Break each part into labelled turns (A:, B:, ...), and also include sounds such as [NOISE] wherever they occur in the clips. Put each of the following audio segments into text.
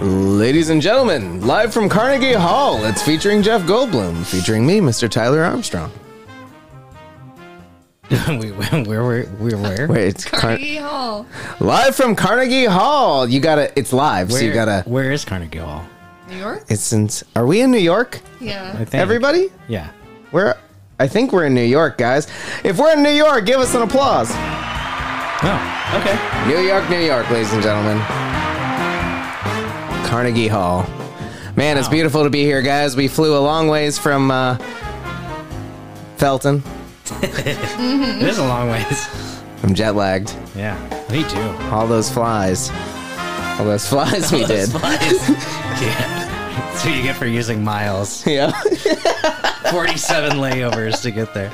A: Ladies and gentlemen, live from Carnegie Hall, it's featuring Jeff Goldblum, featuring me, Mr. Tyler Armstrong.
B: [LAUGHS] we, [LAUGHS] where were
A: [LAUGHS]
B: we? Where?
A: Wait, it's Car-
C: Carnegie Hall.
A: live from Carnegie Hall. You gotta, it's live, so you
B: Where-
A: gotta.
B: Where is Carnegie Hall?
C: New York?
A: It's since. Are we in New York?
B: I
C: Yeah.
B: think.
A: Everybody,
B: Yeah.
A: we're. I think we're in New York, guys. If we're in New York, give us an applause.
B: Oh. [LAUGHS] Okay.
A: New York, New York, ladies and gentlemen. Carnegie Hall. Man, it's
B: Wow.
A: beautiful to be here, guys. We flew a long ways from uh, Felton.
B: It is a long ways.
A: I'm jet lagged.
B: Yeah. Me too.
A: All those flies. All those [LAUGHS] flies we did.
B: [LAUGHS] yeah. [LAUGHS] That's what you get for using miles.
A: Yeah. [LAUGHS]
B: Forty-seven layovers to get there.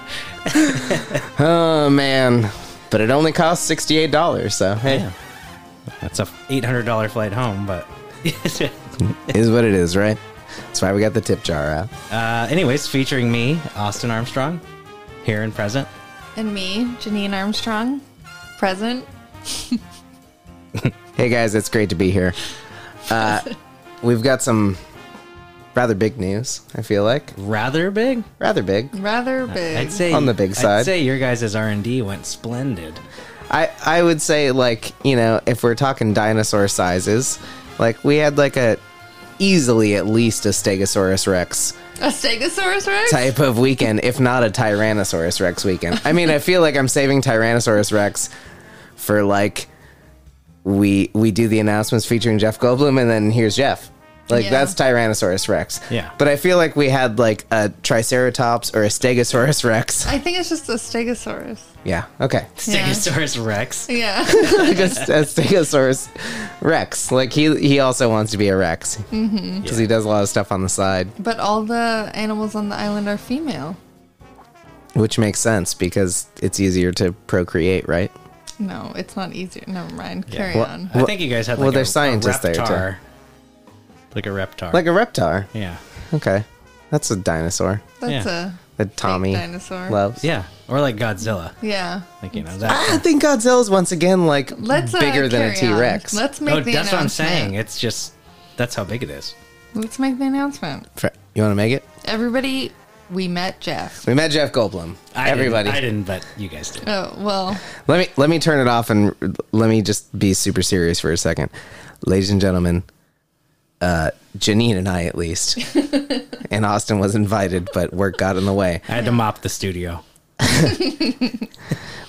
A: Oh, man. But it only cost $68, so hey,
B: Yeah. That's a eight hundred dollar flight home, but. [LAUGHS]
A: is what it is, right? That's why we got the tip jar out.
B: uh, anyways, featuring me, Austin Armstrong, here and present.
C: And me, Janine Armstrong, present.
A: Hey, guys, it's great to be here. [LAUGHS] Uh, we've got some rather big news, I feel like.
B: Rather big.
A: Rather big.
C: Rather big.
B: I'd say
A: On the big
B: I'd
A: side.
B: say your guys' R and D went splendid.
A: I, I would say like you know if we're talking dinosaur sizes, like we had like a easily at least a Stegosaurus Rex
C: A Stegosaurus Rex?
A: type of weekend, if not a Tyrannosaurus Rex weekend. I mean, I feel like I'm saving Tyrannosaurus Rex for like we we do the announcements featuring Jeff Goldblum, and then here's Jeff. Like
C: Yeah.
A: that's Tyrannosaurus Rex.
B: Yeah.
A: But I feel like we had like a Triceratops or a Stegosaurus Rex.
C: I think it's just a Stegosaurus.
A: Yeah. Okay.
C: Yeah.
B: Stegosaurus
A: [LAUGHS]
B: Rex.
C: Yeah.
A: just a Stegosaurus Rex. Like he he also wants to be a Rex because
C: Mm-hmm.
A: he does a lot of stuff on the side,
C: but all the animals on the island are female.
A: which makes sense because it's easier to procreate, right?
C: No, it's not easier. Never mind. Carry
A: Well,
C: on.
B: I think you guys had like
A: Well,
B: a,
A: there's scientists
B: a
A: there, too.
B: reptar. Like a reptar.
A: Like a reptar.
B: yeah,
A: Okay, that's a dinosaur
C: That's
B: yeah.
C: a
A: that Tommy
C: dinosaur.
A: loves.
B: yeah, or like Godzilla.
C: Yeah.
B: Like you know that.
A: I think Godzilla's once again like
C: Let's uh,
A: bigger than a
C: carry
A: T
C: on.
A: Rex.
C: Let's make
B: No,
C: the
B: Oh, that's what I'm
C: announcement.
B: saying. It's just that's how big it is.
C: Let's make the announcement.
A: You want to make it?
C: Everybody, we met Jeff.
A: We met Jeff Goldblum.
B: I
A: Everybody,
B: didn't, I didn't, but you guys did.
C: Oh well,
A: Let me let me turn it off and r- let me just be super serious for a second, ladies and gentlemen. Uh, Janine and I, at least, and Austin was invited, but work got in the way.
B: I had to mop the studio.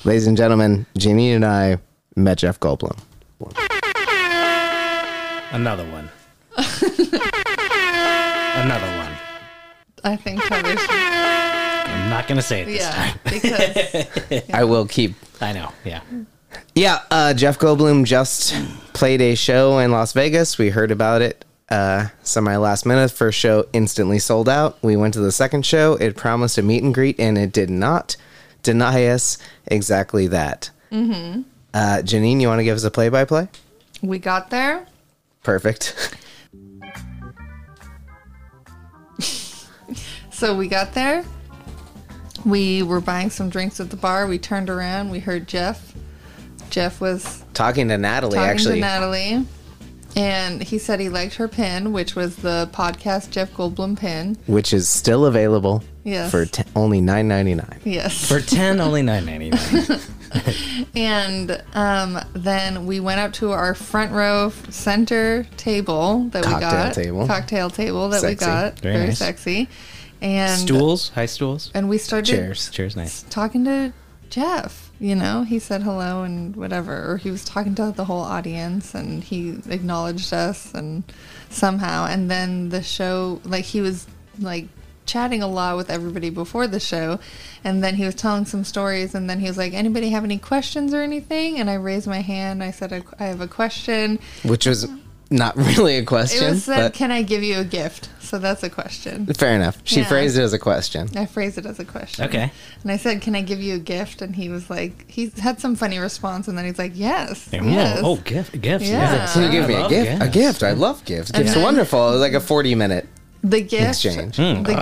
A: Ladies and gentlemen, Janine and I met Jeff Goldblum.
B: Another
C: [LAUGHS]
B: one. Another one.
C: I think Tyler should.
B: I'm not gonna say it this
C: Yeah,
A: [LAUGHS]
B: time.
C: because
A: I will keep.
B: I know. Yeah.
A: Yeah, uh, Jeff Goldblum just played a show in Las Vegas. We heard about it uh, semi last minute. First show instantly sold out. We went to the second show. It promised a meet and greet, and it did not deny us exactly that. Mm-hmm. Uh, Janine, you want to give us a play by play?
C: we got there.
A: Perfect. [LAUGHS]
C: So we got there. We were buying some drinks at the bar. We turned around. We heard Jeff. Jeff was
A: Talking to Natalie,
C: talking
A: actually.
C: to Natalie, and he said he liked her pin, which was the podcast Jeff Goldblum pin.
A: Which is still available
C: Yes.
A: for t- only nine ninety nine.
C: Yes.
B: For ten, only nine ninety nine.
C: [LAUGHS] And um, then we went up to our front row center table that we
A: Cocktail
C: got.
A: table.
C: Cocktail table that we
A: Sexy.
C: got.
B: Very
C: Very,
B: nice.
C: sexy. And
B: Stools, high stools.
C: and we started
A: Cheers.
B: Cheers, nice.
C: talking to Jeff. You know, he said hello and whatever, or he was talking to the whole audience and he acknowledged us and somehow. And then the show, like, he was like chatting a lot with everybody before the show. And then he was telling some stories. And then he was like, anybody have any questions or anything? And I raised my hand. I said, I, I have a question.
A: Which was not [LAUGHS] really a
C: It
A: question.
C: was said,
A: but
C: can I give you a gift? So that's a question.
A: fair enough. She
C: Yeah.
A: phrased it as a question.
C: I phrased it as a question.
B: Okay.
C: And I said, "Can I give you a gift?" And he was like, he had some funny response, and then he's like, "Yes,
B: Oh,
C: yes."
B: Oh, gift, gifts.
C: Yeah.
B: yes.
A: Can you give
B: I
A: me a
B: love
A: gift? A
B: gifts.
A: gift. I love gifts. Gifts
C: then-
A: are wonderful. It was like a 40 minute
C: The gift.
A: Exchange.
B: Hmm. [LAUGHS]
C: The,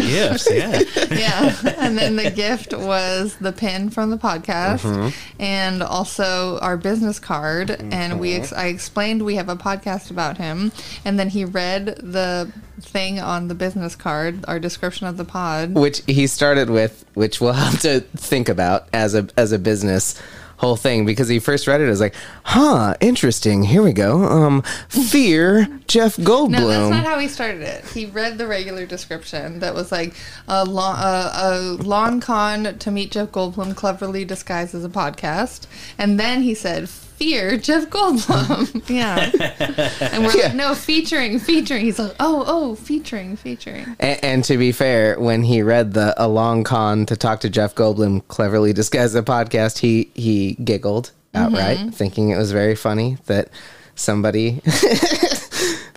B: Gifts,
A: [LAUGHS]
B: yeah.
C: yeah. And then the gift was the pin from the podcast and also our business card. And we ex- I explained we have a podcast about him. And then he read the thing on the business card, our description of the pod.
A: which he started with, which we'll [LAUGHS] have to think about as a as a business whole thing because he first read it as like, huh, interesting. Here we go. Um, fear Jeff
C: No, that's
A: Goldblum.
C: not how he started it. He read the regular description that was like a, long, uh, a long con to meet Jeff Goldblum cleverly disguised as a podcast. And then he said, Fear Jeff
A: [LAUGHS]
C: Goldblum. yeah. [LAUGHS] And we're
A: Yeah.
C: like, No, featuring, featuring. He's like, Oh, oh, featuring, featuring.
A: A- and, to be fair, when he read the a long con to talk to Jeff Goldblum cleverly disguised the podcast, he he giggled outright,
C: Mm-hmm.
A: thinking it was very funny that somebody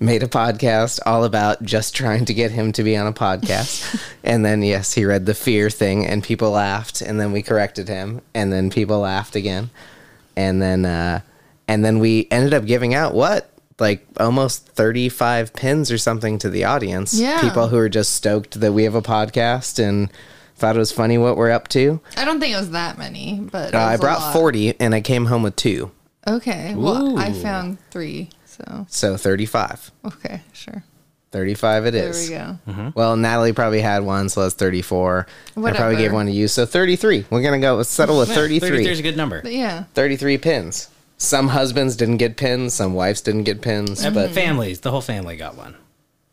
A: made a podcast all about just trying to get him to be on a
C: [LAUGHS]
A: podcast. and then yes, he read the fear thing and people laughed and then we corrected him and then people laughed again. And then uh and then we ended up giving out what? Like almost 35 pins or something to the audience.
C: Yeah.
A: People who are just stoked that we have a podcast and thought it was funny what we're up to.
C: I don't think it was that many, but it
A: Uh, I
C: was a
A: brought
C: lot.
A: 40 and I came home with two.
C: Okay. Well, I
B: Ooh.
C: found three. So,
A: So 35.
C: okay, sure.
A: 35 it
C: There
A: is.
C: we go.
B: Mm-hmm.
A: Well, Natalie probably had one, so that's 34. I
C: Whatever.
A: probably gave one to you, so 33. We're going to go with settle with 33.
B: 33 is a good number.
C: But yeah.
A: 33 pins. Some husbands didn't get pins, some wives didn't get pins,
C: Hmm.
A: but
B: Families, the whole family got one.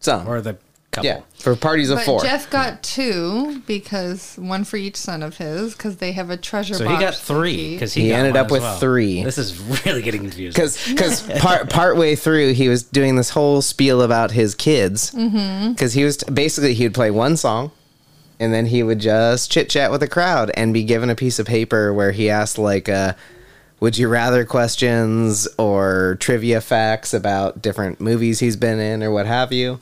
A: some.
B: Or the couple.
A: yeah, for parties of
C: But
A: four.
C: Jeff got two because one for each son of his because they have a treasure
B: So
C: box.
B: he got
C: that
B: three
C: he-
B: because he,
A: He
B: got
A: ended
B: one
A: up
B: as
A: with
B: well.
A: three.
B: This is [LAUGHS] really getting confusing.
A: Because because part partway through he was doing this whole spiel about his kids. Because
C: Mm-hmm.
A: he was basically he would play one song, and then he would just chit chat with the crowd and be given a piece of paper where he asked like, uh, "Would you rather?" questions or trivia facts about different movies he's been in or what have you.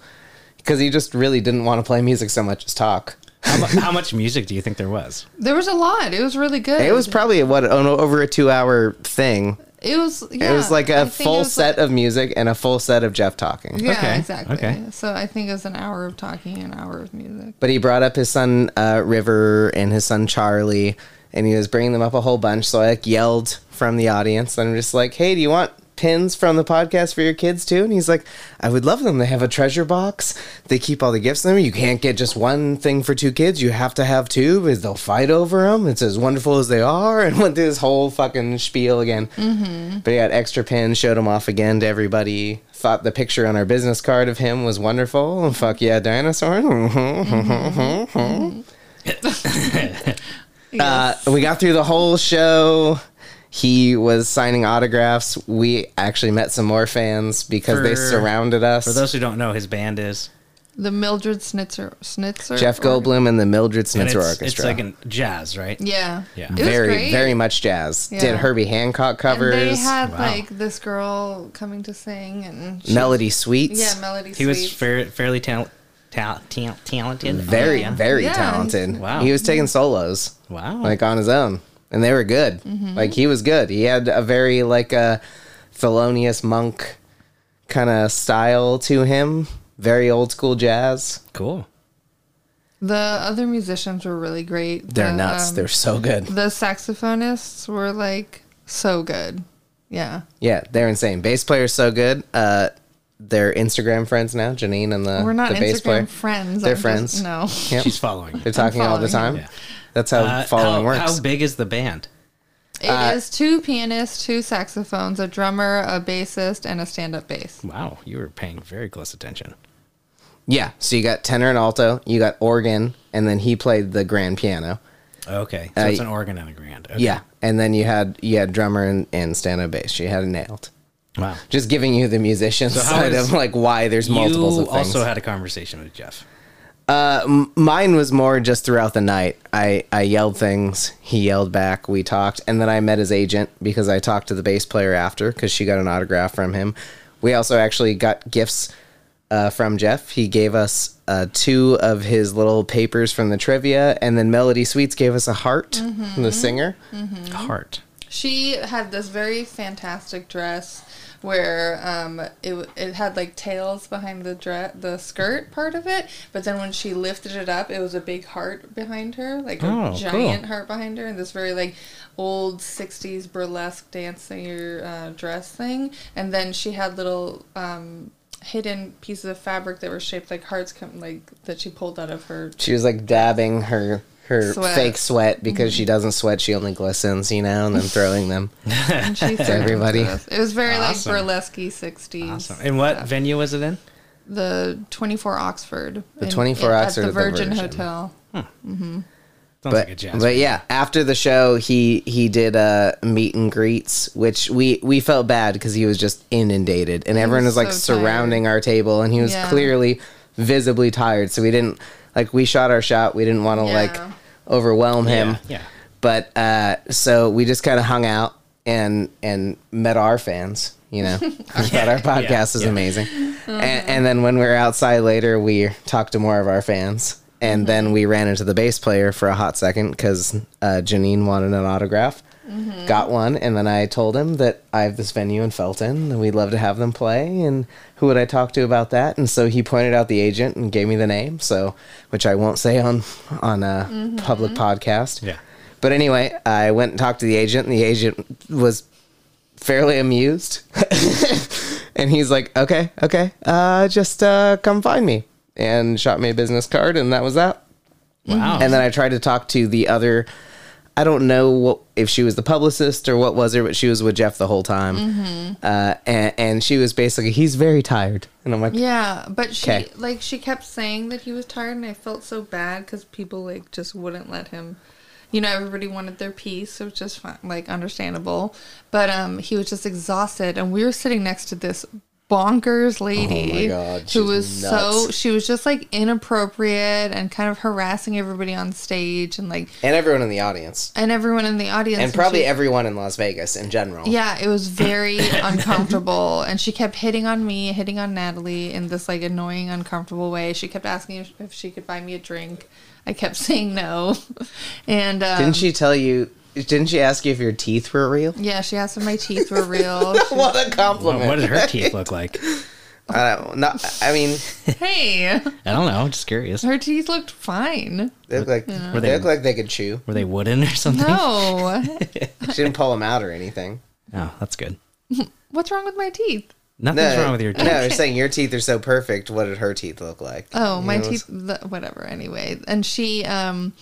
A: Because he just really didn't want to play music so much as talk.
B: how, mu- how much music do you think there was?
C: there was a lot. It was really good.
A: It was probably what an over a two hour thing.
C: It was.
A: it
C: yeah,
A: was like
C: I
A: a
C: think it
A: full
C: was
A: set
C: like-
A: of music and a full set of Jeff talking.
C: yeah,
B: Okay,
C: exactly.
B: okay.
C: So I think it was an hour of talking, an hour of music.
A: but he brought up his son uh, River and his son Charlie, and he was bringing them up a whole bunch. So I like yelled from the audience, and I'm just like, "Hey, do you want pins from the podcast for your kids too?" And he's like, "I would love them. They have a treasure box. They keep all the gifts in there. You can't get just one thing for two kids. You have to have two because they'll fight over them. It's as wonderful as they are." [LAUGHS] And went through this whole fucking spiel again. But he got extra pins, showed them off again to everybody. Thought the picture on our business card of him was wonderful. Fuck yeah, dinosaur. [LAUGHS] Uh, we got through the whole show. He was signing autographs. We actually met some more fans because they
B: For-
A: surrounded us.
B: For those who don't know, his band is
C: The Mildred Snitzer, Snitzer,
A: Jeff
C: or-
A: Goldblum and the Mildred
B: and
A: Snitzer
B: it's,
A: Orchestra.
B: It's like an jazz, right?
C: Yeah,
B: Yeah.
C: It was
A: very,
C: great.
A: very much jazz.
C: Yeah.
A: Did Herbie Hancock
C: And
A: covers,
C: they had
B: Wow.
C: like this girl coming to sing and she-
A: Melody Sweets.
C: Yeah, melody.
B: He was
C: Sweet.
B: fair, fairly tal- tal- tal- talented.
A: very,
B: Yeah.
A: very
C: Yeah.
A: talented.
B: Wow.
A: He was taking solos.
B: Wow.
A: like on his own, and they were good.
C: Mm-hmm.
A: Like he was good. He had a very like a felonious monk kind of style to him. Very old school jazz.
B: cool.
C: the other musicians were really great.
A: They're
C: The,
A: nuts.
C: um,
A: They're so good.
C: the saxophonists were like so good. Yeah.
A: Yeah, they're insane. Bass player's so good. Uh, they're Instagram friends now. Janine and the
C: We're not
A: Uh, the bass
C: Instagram
A: player.
C: friends.
A: They're
C: I'm just-
A: friends.
C: no.
A: Yep.
B: She's following.
A: They're talking all the
C: following
A: time.
B: him. Yeah.
A: That's how
B: Uh,
A: following
B: how,
A: works.
B: How big is the band?
C: it is
A: Uh,
C: two pianists, two saxophones, a drummer, a bassist, and a stand-up bass.
B: Wow, you were paying very close attention.
A: yeah. So you got tenor and alto. You got organ, and then he played the grand piano.
B: Okay, so
A: Uh,
B: it's an organ and a grand. Okay.
A: Yeah, and then you had you had drummer and, and stand up bass. You had it nailed.
B: Wow.
A: Just giving you the musician
B: So how
A: side
B: is-
A: of like why there's multiples
B: you
A: of things.
B: also had a conversation with Jeff.
A: Mine was more just throughout the night. I I yelled things. He yelled back. We talked, and then I met his agent because I talked to the bass player after because she got an autograph from him. We also actually got gifts uh, from Jeff. He gave us uh, two of his little
B: Mm-hmm.
C: Mm-hmm.
A: papers from the trivia, and then Melody Sweets gave us a heart, the singer.
B: Heart.
C: She had this very fantastic dress where um, it w- it had like tails behind the dress, the skirt part of it, but then when she lifted it up, it was a big heart behind her, like
B: Oh,
C: a
B: cool.
C: giant heart behind her, and this very like old '60s burlesque dancer uh, dress thing, and then she had little. Um, hidden pieces of fabric that were shaped like hearts come like that she pulled out of
B: [LAUGHS]
C: her
A: She was like dabbing her her
C: Sweat. Mm-hmm.
A: fake sweat because she doesn't sweat; she only glistens, you know, and then throwing
B: [LAUGHS]
A: them.
C: and she served
A: everybody.
C: us. It was very
B: Awesome.
C: like burlesque 60s.
B: Awesome. And what venue was it in?
C: The 24 Oxford.
A: The 24 Oxford
C: At the
A: at the
C: Virgin,
A: Virgin.
C: Hotel.
B: Sounds
A: but
B: like a jazz.
A: but yeah, after the show, he he did uh, meet and greets, which we we felt bad because he was just inundated, and everyone
C: was
A: was like
C: so tired.
A: surrounding our table, and he was
C: Yeah.
A: clearly visibly tired. So we didn't like we shot our shot. We didn't want to
C: Yeah.
A: like overwhelm him.
B: Yeah, yeah.
A: But uh, so we just kind of hung out and and met our fans. You
B: [LAUGHS]
A: know, I thought our podcast was
B: yeah. Uh-huh.
A: amazing. And, and then when we were outside later, we talked to more of our fans. And
B: Mm-hmm.
A: then we ran into the bass player for a hot second because uh, Janine wanted an autograph.
B: Mm-hmm.
A: Got one, and then I told him that I have this venue in Felton, and we'd love to have them play. And who would I talk to about that? And so he pointed out the agent and gave me the name, so which I won't say on on a
B: Mm-hmm.
A: public podcast.
B: Yeah.
A: But anyway, I went and talked to the agent, and the agent was fairly amused. [LAUGHS] and he's like, okay, okay, uh, just uh, come find me. And shot me a business card, and that was that.
B: Wow.
A: And then I tried to talk to the other. I don't know what if she was the publicist or what was her, but she was with Jeff the whole time,
C: Mm-hmm.
A: uh, and, and she was basically he's very tired, and I'm like,
C: Yeah, but she
A: 'Kay.
C: like she kept saying that he was tired, and I felt so bad because people like just wouldn't let him. You know, everybody wanted their piece, so it's just fine, like understandable. But um, he was just exhausted, and we were sitting next to this bonkers lady
A: Oh God,
C: who
A: she's
C: was so
A: nuts.
C: she was just like inappropriate and kind of harassing everybody on stage and like
A: and everyone in the audience,
C: and everyone in the audience
A: and probably
C: she-
A: everyone in Las Vegas in general.
C: yeah, it was
A: [LAUGHS]
C: very uncomfortable, and she kept hitting on me, hitting on Natalie in this like annoying, uncomfortable way. She kept asking if, if she could buy me a drink. I kept [LAUGHS] saying no, and um,
A: Didn't she tell you? Didn't she ask you if your teeth were real?
C: Yeah, she asked if my teeth were real.
A: [LAUGHS]
C: She-
A: What a compliment!
B: Well, what
A: [LAUGHS]
B: did her teeth look like?
A: I don't. Not, I mean,
C: hey,
B: I don't know. I'm just curious.
C: her teeth looked fine.
A: they look like
B: Were
A: they
B: they-
A: look like they could chew.
B: Were they wooden or something?
C: No,
A: She didn't pull them out or
B: [LAUGHS]
A: anything.
B: Oh, that's good.
C: what's wrong with my teeth?
B: Nothing's wrong with your teeth.
A: No, I'm saying your teeth are so perfect. What did her teeth look like?
C: Oh, my
A: You know,
C: teeth. The, whatever. Anyway, and she um,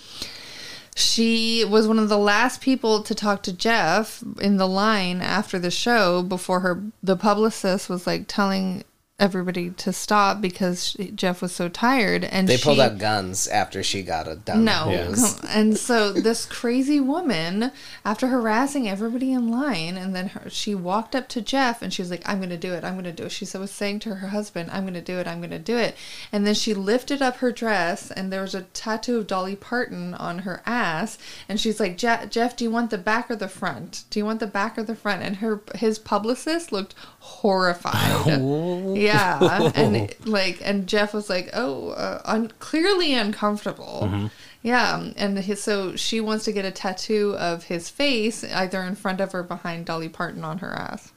C: she was one of the last people to talk to Jeff in the line after the show. Before her, the publicist was like telling everybody to stop because she, Jeff was so tired, and
A: They pulled
C: she,
A: out guns after she got a done.
C: No.
B: Yes.
C: And so this crazy woman, after harassing everybody in line, and then her, she walked up to Jeff and she was like, I'm going to do it. I'm going to do it. She said, was saying to her husband, I'm going to do it. I'm going to do it. And then she lifted up her dress and there was a tattoo of Dolly Parton on her ass. And she's like, Je- Jeff, do you want the back or the front? Do you want the back or the front? And her his publicist looked horrified. Yeah, and like, and Jeff was like, "Oh, uh, un- clearly uncomfortable." Yeah, and his, so she wants to get a tattoo of his face, either in front of or behind Dolly Parton on her ass.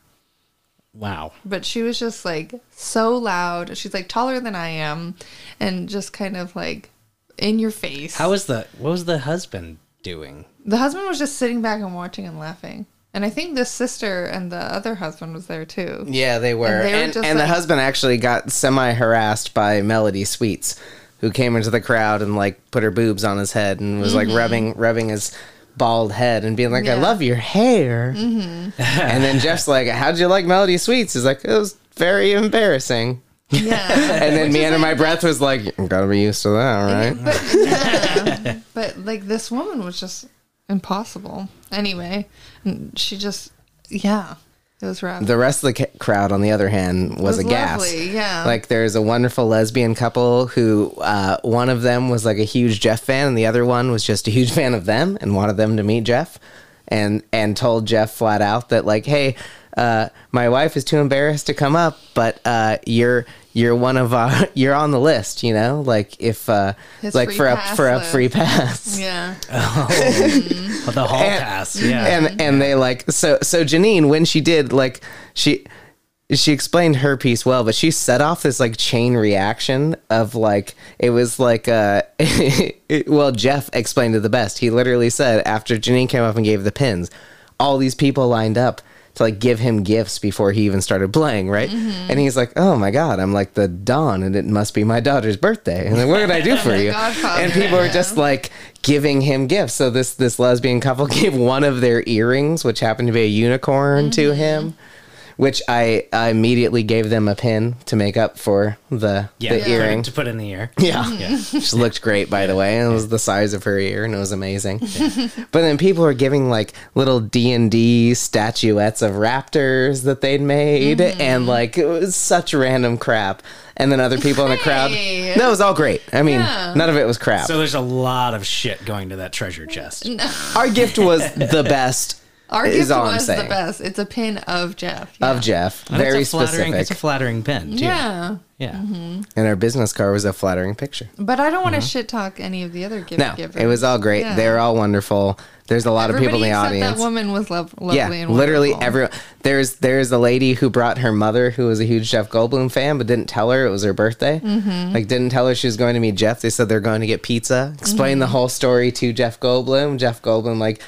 B: Wow.
C: But she was just like so loud. She's like taller than I am, and just kind of like in your face.
B: How was the what was the husband doing?
C: the husband was just sitting back and watching and laughing, and I think the sister and the other husband was
A: [LAUGHS]
C: there too.
A: Yeah, they were.
C: And
A: And,
C: they were
A: and,
C: just
A: the
C: like-
A: husband actually got semi harassed by Melody Sweets, who came into the crowd and like put her boobs on his head and was like rubbing rubbing his bald head and being like, "I
C: Mm-hmm. Yeah. Mm-hmm.
A: love your hair." and then Jeff's like, "How'd you like Melody Sweets?" He's like, "It was very embarrassing."
C: Yeah,
A: And then me under my breath was like, "You "Gotta be used to that, right?"
C: But,
A: [LAUGHS]
C: yeah. but [LAUGHS] like this woman was just impossible. Anyway, and she just yeah, it was rough.
A: The rest of the ca- crowd, on the other hand, was,
C: was
A: aghast.
C: lovely, yeah.
A: Like, there's a wonderful lesbian couple who uh, one of them was like a huge Jeff fan, and the other one was just a huge [LAUGHS] fan of them and wanted them to meet Jeff, and and told Jeff flat out that like, hey. Uh, my wife is too embarrassed to come up, but uh, you're you're one of our [LAUGHS] you're on the list. You know, like if uh,
C: His
A: like
C: free
A: for a
C: pass
A: for a
C: list.
A: free pass.
C: Yeah.
A: [LAUGHS]
B: But Oh, the hall pass, yeah.
A: and and they like so so Janine when she did like she she explained her piece well but she set off this like chain reaction of like it was like uh [LAUGHS] it- well Jeff explained it the best he literally said after Janine came up and gave the pins all these people lined up to like give him gifts before he even started playing right and he's like oh my god i'm like the dawn and it must be my daughter's birthday and like, what did i do for you
C: Godfather,
A: and people are
C: yeah.
A: just like giving him gifts. So this this lesbian couple [LAUGHS] gave one of their earrings, which happened to be a unicorn, to
C: Mm-hmm.
A: him, which I, I immediately gave them a pin to make up for the
B: yeah,
A: the
B: to put-
A: earring.
B: to put in the ear.
A: Yeah.
B: Yeah.
C: Mm. [LAUGHS]
A: She looked great, by the way. And it was the size of her ear, and it was
C: [LAUGHS]
A: amazing. but then people were giving like little D and D statuettes of raptors that they'd made,
C: Mm.
A: and like it was such random crap. And then other people in the crowd.
C: Hey.
A: No, it was all great. I mean,
C: Yeah.
A: none of it was crap.
B: So there's a lot of shit going to that treasure chest.
A: Our gift was
C: [LAUGHS]
A: the best.
C: Our
A: is
C: gift
A: all I'm
C: was the
A: saying.
C: best. It's a pin of Jeff.
A: Of Jeff,
B: And
A: very
B: it's Oh, a flattering,
A: specific,
B: It's a flattering pin, too.
C: yeah. Mm-hmm.
B: Yeah.
A: and our business card was a flattering picture.
C: But I don't want to shit talk any of the other gift
A: Mm-hmm. No,
C: givers.
A: it was all great.
C: Yeah.
A: They're all wonderful. There's a lot
C: Everybody
A: of people in the
C: except
A: audience.
C: That woman was lov- lovely
A: yeah,
C: and
A: literally
C: wonderful.
A: everyone. There's there's a lady who brought her mother, who was a huge Jeff Goldblum fan, but didn't tell her it was her birthday.
C: Mm-hmm.
A: Like didn't tell her she was going to meet Jeff. They said they're going to get pizza. Explained
C: Mm-hmm.
A: the whole story to Jeff Goldblum. Jeff Goldblum like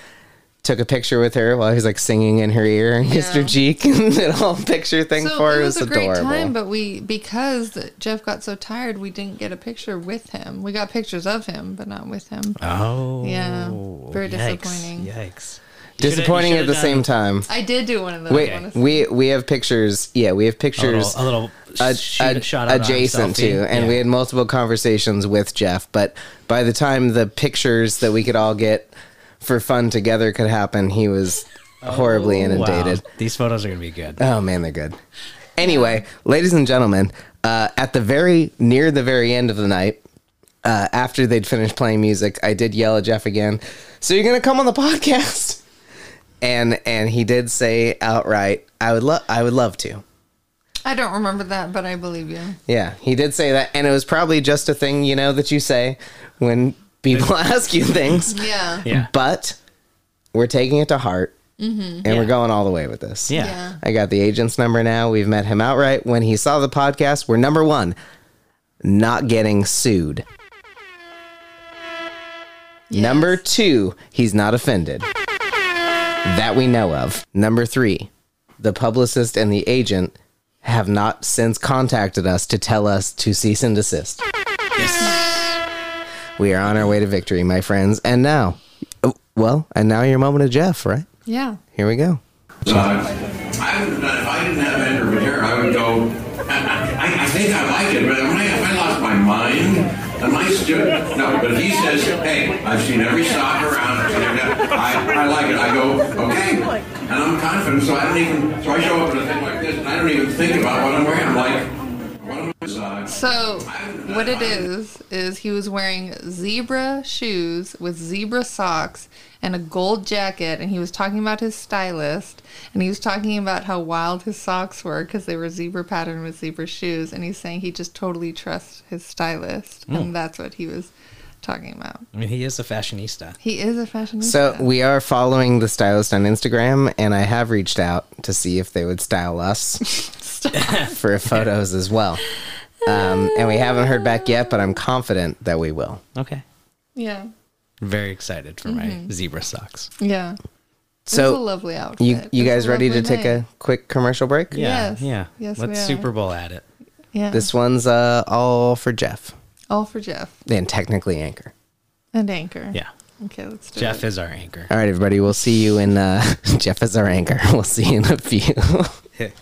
A: took a picture with her while he was like singing in her ear and kissed her
C: Yeah.
A: cheek [LAUGHS] and did a whole picture thing
C: so
A: for her.
C: it was, a
A: adorable.
C: great time, but we because Jeff got so tired, we didn't get a picture with him. We got pictures of him, but not with him.
A: Uh,
B: Oh.
C: Yeah. Very
B: yikes,
C: disappointing.
B: Yikes. You
A: disappointing
B: shoulda-
A: at
B: you
A: the
B: shoulda
A: same
B: done
A: time.
C: I did do one of those.
A: Wait,
C: honestly.
A: we we have pictures. Yeah, we have pictures
B: A little, a little
A: ad-
B: shoot-
A: ad-
B: shot out
A: adjacent to, and we had multiple conversations with Jeff. But by the time the pictures that we could all get for fun together could happen, he was
B: Oh,
A: horribly inundated.
B: These photos are gonna be good.
A: Oh man, they're good. Anyway, ladies and gentlemen, uh, at the very near the very end of the night, uh, after they'd finished playing music, I did yell at Jeff again. So you're gonna come on the [LAUGHS] podcast? And and he did say outright, I would love I would love to.
C: I don't remember that, but I believe you.
A: Yeah, he did say that, and it was probably just a thing you know that you say when people [LAUGHS] ask you things.
C: Yeah.
B: Yeah.
A: But we're taking it to heart, and we're going all the way with this.
B: Yeah.
C: Yeah.
A: I got the agent's number now. We've met him outright. When he saw the podcast, we're number one, not getting sued.
C: Yes.
A: Number two, he's not offended. That we know of. Number three, the publicist and the agent have not since contacted us to tell us to cease and desist. We are on our way to victory, my friends. And now, oh, well, and now your moment of Jeff, right?
C: Yeah.
A: Here we go.
D: So I, I would, if I didn't have Andrew here, I would go. I, I think I like it, but when I, if I lost my mind, am I stupid? No, but he says, "Hey, I've seen every sock around. I've seen every, I, I like it." I go, "Okay," and I'm confident, so I don't even. So I show up in a thing like this, and I don't even think about what I'm wearing. I'm like, "What am I?" inside?
C: So what it is is he was wearing zebra shoes with zebra socks and a gold jacket, and he was talking about his stylist, and he was talking about how wild his socks were because they were zebra pattern with zebra shoes, and he's saying he just totally trusts his stylist,
A: Hmm.
C: and that's what he was talking about.
B: I mean, he is a fashionista.
C: He is a fashionista.
A: So we are following the stylist on Instagram, and I have reached out to see if they would style us for [LAUGHS] photos as well. Um, and we haven't heard back yet, but I'm confident that we will.
B: Okay.
C: [LAUGHS] yeah,
B: Very excited for
C: Mm-hmm.
B: my zebra socks.
C: yeah. it was a
A: So
C: lovely outfit.
A: you you
C: It was
A: guys
C: a
A: ready to
C: lovely
A: take
C: night.
A: a quick commercial break?
B: Yeah.
C: Yes.
B: Yeah.
C: Yes,
B: Let's
C: we are.
B: Super Bowl at it.
C: yeah
A: This one's uh, all for Jeff,
C: all for Jeff
A: and technically Anchor.
C: and Anchor.
B: Yeah.
C: Okay, let's do
B: Jeff
C: it.
B: is our anchor.
A: All right, everybody. We'll see you in uh, [LAUGHS] Jeff is our anchor. [LAUGHS] We'll see you in a few. [LAUGHS]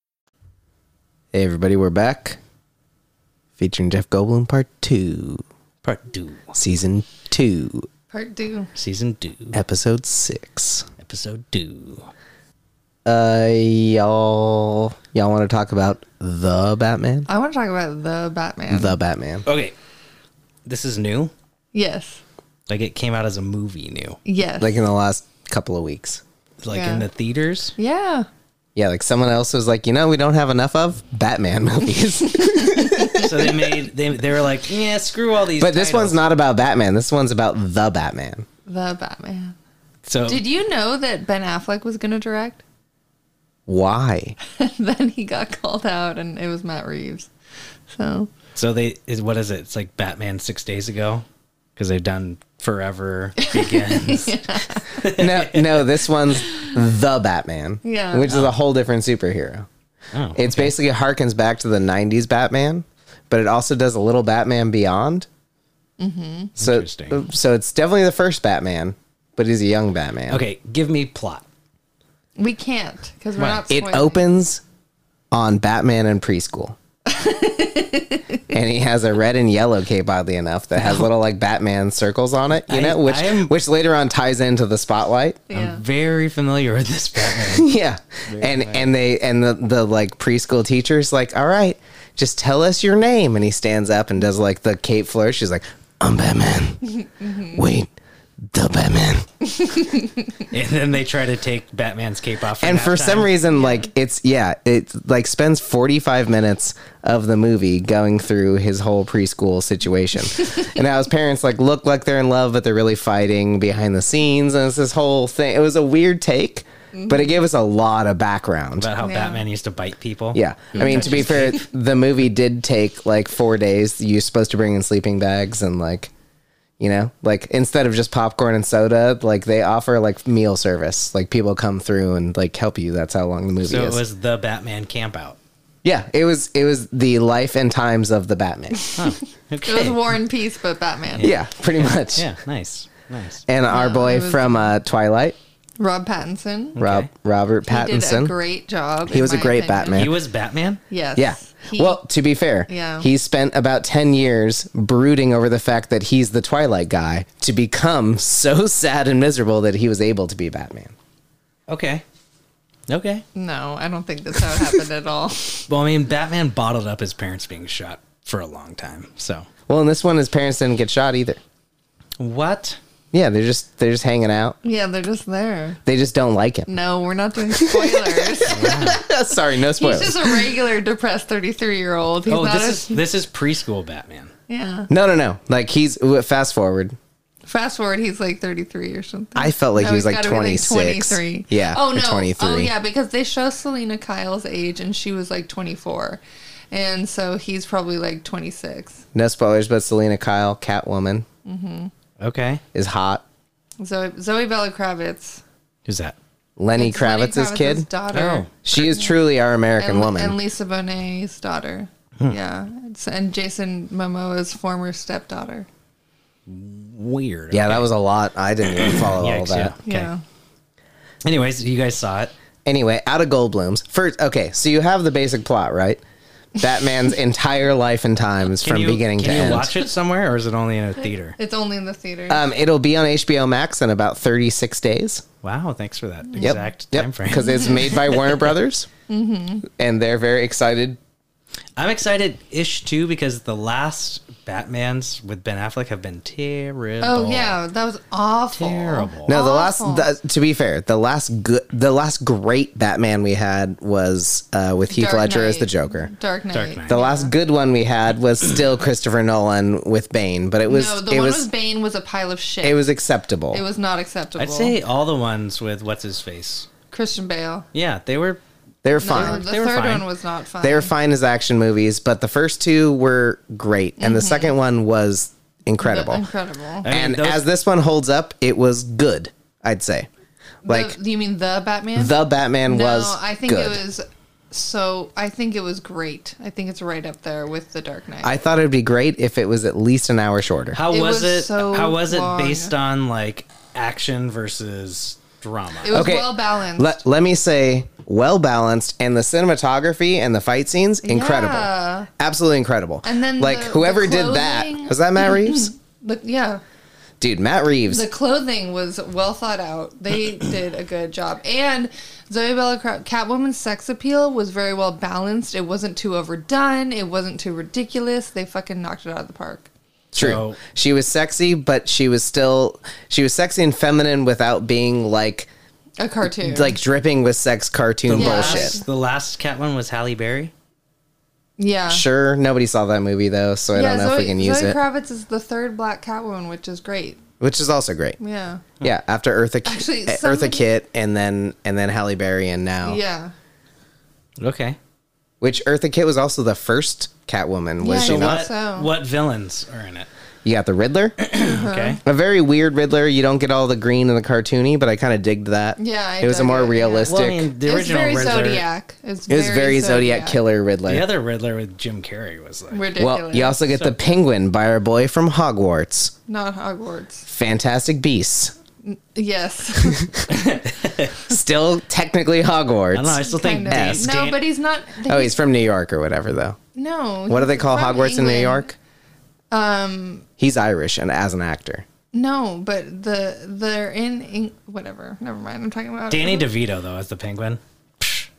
A: Hey, everybody, we're back. Featuring Jeff Goldblum, part two,
B: Part two,
A: season two,
C: Part two.
B: season two,
A: episode six.
B: episode two.
A: Uh, y'all, y'all want to talk about the Batman?
C: I want to talk about the Batman.
A: The Batman.
B: Okay, this is new.
C: yes.
B: Like it came out as a movie, new.
C: Yes.
A: Like in the last couple of weeks.
B: Like
C: Yeah.
B: in the theaters.
C: yeah.
A: Yeah, like someone else was like, you know, we don't have enough of Batman [LAUGHS] movies.
B: so they made they they were like, yeah, screw all these.
A: but this
B: titles."
A: one's not about Batman. This one's about the Batman.
C: The Batman.
B: So
C: Did you know that Ben Affleck was going to direct? [LAUGHS]
A: Why?
C: then he got called out and it was Matt Reeves. So,
B: so they is what is it? It's like Batman six days ago because they've done Forever
A: [LAUGHS]
B: Begins.
A: No, no, this one's the Batman.
C: Yeah.
A: Which is a whole different superhero.
B: Oh,
A: It's basically harkens back to the 90s Batman, but it also does a little Batman Beyond. Mm-hmm. So,
B: Interesting.
A: so it's definitely the first Batman, but he's a young Batman.
B: okay, give me plot.
C: we can't because we're
B: Right.
C: not
A: It
C: spoiling.
A: opens on Batman in
B: [LAUGHS]
A: preschool. and he has a red and yellow cape, oddly enough, that has little like Batman circles on it, you
B: I-
A: know, which
B: I am-
A: which later on ties into the spotlight. [LAUGHS]
C: Yeah.
B: I'm very familiar with this Batman.
A: Yeah. And and they and the, the like preschool teacher's like, All right, just tell us your name and he stands up and does like the cape flourish. She's like, I'm
B: [LAUGHS]
A: Batman.
B: Mm-hmm.
A: Wait, the Batman.
B: and then they try to take Batman's cape off.
A: and for some
B: halftime.
A: reason like it's yeah it like spends 45 minutes of the movie going through his whole preschool
B: [LAUGHS]
A: situation and how his parents like look like they're in love but they're really fighting behind the scenes and it's this whole thing it was a weird take but it gave us a lot of background
B: Mm-hmm. about how
C: Yeah.
B: Batman used to bite people.
A: yeah i mean to be fair the movie did take like four days you're supposed to bring in sleeping bags and like you know like instead of just popcorn and soda like they offer like meal service like people come through and like help you that's how long the movie
B: So
A: is
B: it was the Batman camp out.
A: yeah it was it was the life and times of the batman
C: It was
A: [LAUGHS]
B: Okay.
C: War and Peace, but Batman.
A: yeah pretty much
B: Yeah, nice. Nice.
A: and our boy
C: was-
A: from uh twilight
C: Rob Pattinson.
A: rob robert
C: He did a
A: pattinson
C: great job.
A: He
C: in
A: was a
C: my
A: great Batman.
B: He was Batman?
C: Yes.
A: yeah
C: He-
A: well to be fair
C: Yeah.
A: he spent about 10 years brooding over the fact that he's the twilight guy to become so [LAUGHS] sad and miserable that he was able to be batman
B: Okay. Okay.
C: no, I don't think that's how it happened at all. [LAUGHS]
B: Well, I mean, Batman bottled up his parents being shot for a long time. So
A: well in this one his parents didn't get shot either
B: what?
A: yeah they're just they're just hanging out
C: Yeah, they're just there.
A: they just don't like him [LAUGHS]
C: No, we're not doing spoilers.
A: sorry no
C: He's
A: spoilers
C: just a regular depressed 33 year old. He's
B: oh,
C: not
B: this
C: a,
B: is this is preschool Batman.
C: yeah.
A: no no no like he's fast forward
C: Fast forward, he's like 33 or something.
A: I felt like
C: No,
A: he was
C: Oh, he's
A: like
C: gotta be,
A: 26.
C: 23.
A: Yeah.
C: Oh
A: or
C: no.
A: 23.
C: Oh yeah, because they show Selena Kyle's age and she was like 24, and so he's probably like 26.
A: No spoilers, but Selena Kyle, Catwoman,
B: Okay.
A: is hot.
C: Zoe Zoe Bella Kravitz,
B: Who's that?
A: Lenny
C: It's Lenny
A: Kravitz's kid.
B: Oh.
C: daughter,
A: She is truly our American
C: and,
A: woman.
C: and Lisa Bonet's daughter.
B: Hmm.
C: Yeah, It's- and Jason Momoa's former stepdaughter.
B: Weird.
A: yeah, that was a lot. I didn't
B: [COUGHS]
A: even follow all
B: Yikes, yeah.
A: that.
B: Okay.
C: Yeah.
B: Anyways, you guys saw it.
A: Anyway, out of Goldblum's. First, okay, so you have the basic plot, right?
B: [LAUGHS]
A: Batman's entire life and times
B: Can
A: from
B: you,
A: beginning
B: can
A: to
B: you
A: end.
B: watch it somewhere, or is it only
C: [LAUGHS]
B: in a theater?
C: It's only in the theater.
A: Um, it'll be on HBO Max in about 36 days.
B: Wow, thanks for that
A: Yep.
B: exact time frame.
A: Because it's made
B: [LAUGHS]
A: by Warner Brothers.
C: Mm-hmm.
A: And they're very excited.
B: I'm excited ish too because the last Batmans with Ben Affleck have been terrible.
C: oh yeah, that was awful.
B: Terrible.
A: No, the
C: Awful.
A: last. The, to be fair, the last good, the last great Batman we had was uh, with Heath
C: Dark
A: Ledger as
C: Knight.
A: the Joker.
C: Dark Knight.
B: Dark Knight.
A: The last good one we had was still Christopher Nolan with Bane, but it was
C: no, the
A: it
C: one
A: was,
C: with Bane was a pile of shit.
A: it was acceptable.
C: It was not acceptable.
B: I'd say all the ones with what's his face.
C: Christian Bale.
B: Yeah, they were.
A: they were
C: The-
A: fine.
C: The
B: They were
C: third
B: fine.
C: one was not fun.
A: They were fine as action movies, but the first two were great, and
C: Mhm.
A: the second one was incredible.
C: incredible.
B: I mean,
A: and
B: those-
A: as this one holds up, it was good. I'd say, like
C: the, you mean the Batman?
A: the Batman
C: no,
A: was.
C: I think
A: good.
C: it was so. I think it was great. I think it's right up there with the Dark Knight.
A: I thought it'd be great if it was at least an hour shorter.
B: how
C: it
B: was,
C: was
B: it?
C: so
B: how was it
C: long.
B: based on like action versus drama.
C: It was well balanced.
A: Let, let me say well balanced and the cinematography and the fight scenes incredible.
C: Yeah.
A: Absolutely incredible.
C: And then
A: like
C: the-
A: whoever
C: the
A: did that
C: clothing-
A: was that Matt
C: [LAUGHS]
A: Reeves?
C: But yeah,
A: Dude, Matt Reeves.
C: the clothing was well thought out.
A: [CLEARS THROAT]
C: They did a good job, and Zoe Bella Cra- Catwoman's sex appeal was very well balanced. It wasn't too overdone. It wasn't too ridiculous. They fucking knocked it out of the park.
A: True.
B: So-
A: she was sexy, but she was still she was sexy and feminine without being like
C: A cartoon,
A: like dripping with sex cartoon
C: Yeah.
A: bullshit.
B: Last, the last Catwoman was Halle Berry.
C: yeah,
A: Sure, nobody saw that movie though, so I
C: yeah.
A: don't know
C: Zoe,
A: if we can use
C: Zoe
A: it,
C: Kravitz is the third Black Catwoman, which is great.
A: which is also great.
C: Yeah,
A: Yeah, after Eartha
C: Actually,
A: eh,
C: somebody-
A: Eartha Kitt and then and then Halle Berry and now
C: yeah.
B: Okay.
A: which Eartha Kitt was also the first Catwoman, was she
C: Yeah, I
B: So
C: think
A: not?
B: what,
C: so. Uh-huh.
B: what villains are in it?
A: You got the
C: [COUGHS]
A: Riddler,
B: Okay.
A: a very weird Riddler. You don't get all the green and the cartoony, but I kind of digged that.
C: Yeah, I
A: it was a
C: dug
A: more
C: it, yeah.
A: realistic.
B: Well, I mean, the
C: It was
B: original
C: very
B: Riddler.
C: Zodiac. It's
A: it was very Zodiac, killer Riddler.
B: The other Riddler with Jim Carrey was like
C: Ridiculous.
A: Well, you also get the Penguin by our boy from Hogwarts,
C: not Hogwarts.
A: Fantastic Beasts. [LAUGHS]
C: Yes.
A: Still technically Hogwarts.
B: I don't know. I still think
C: Kind of.
B: Dan,
C: No,
B: Dan,
C: but he's not.
A: Oh, he's from New York or whatever, though.
C: no.
A: What do they
C: he's
A: call
C: from
A: Hogwarts in New
C: England.
A: York? Um, he's Irish and as an actor.
C: No, but the they're in Eng- whatever. Never mind. I'm talking about
B: Danny DeVito though as the Penguin.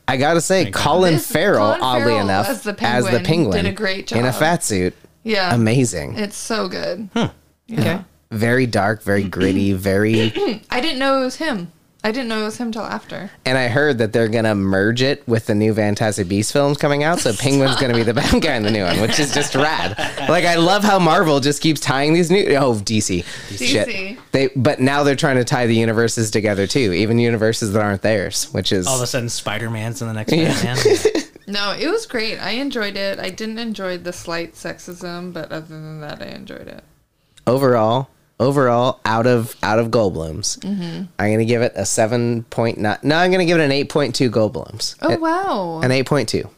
A: I gotta say, Colin
C: This-
A: Farrell,
C: Colin
A: oddly
C: Farrell
A: enough,
C: as
A: as the
C: the
A: penguin,
C: Penguin did a great
A: in a
C: job.
A: fat suit.
C: Yeah,
A: Amazing.
C: It's so good. Yeah.
A: very dark, very gritty,
C: [CLEARS THROAT]
A: very.
C: I didn't know it was him. I didn't know it was him till after.
A: and I heard that they're gonna merge it with the new Fantastic Beasts films coming out, so Penguin's gonna be the bad guy in the new one, which is just rad. Like I love how Marvel just keeps tying these new. Oh, DC,
C: DC.
A: shit. They, but now they're trying to tie the universes together too, even universes that aren't theirs, which is
B: All of a sudden, Spider Man's in the next
A: Yeah.
B: Batman. [LAUGHS]
C: No, it was great. I enjoyed it. I didn't enjoy the slight sexism, but other than that, I enjoyed it.
A: overall overall out of out of Goldblums. I'm gonna give it a seven point nine. No, I'm gonna give it an eight point two Goldblums.
C: Oh
A: It-
C: wow,
A: An eight point two.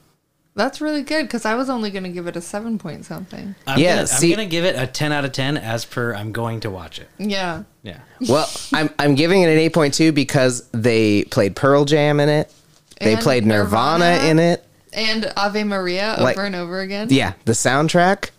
C: that's really good because I was only going to give it a seven point something.
B: I'm
A: Yeah,
B: gonna,
A: see-
B: I'm gonna give it a ten out of ten as per I'm going to watch it.
C: Yeah,
B: Yeah.
C: [LAUGHS]
A: Well, I'm I'm giving it an eight point two because they played Pearl Jam in it. They
C: And
A: played Nirvana,
C: Nirvana.
A: in it.
C: and Ave Maria over
A: Like-
C: and over again.
A: Yeah, the soundtrack,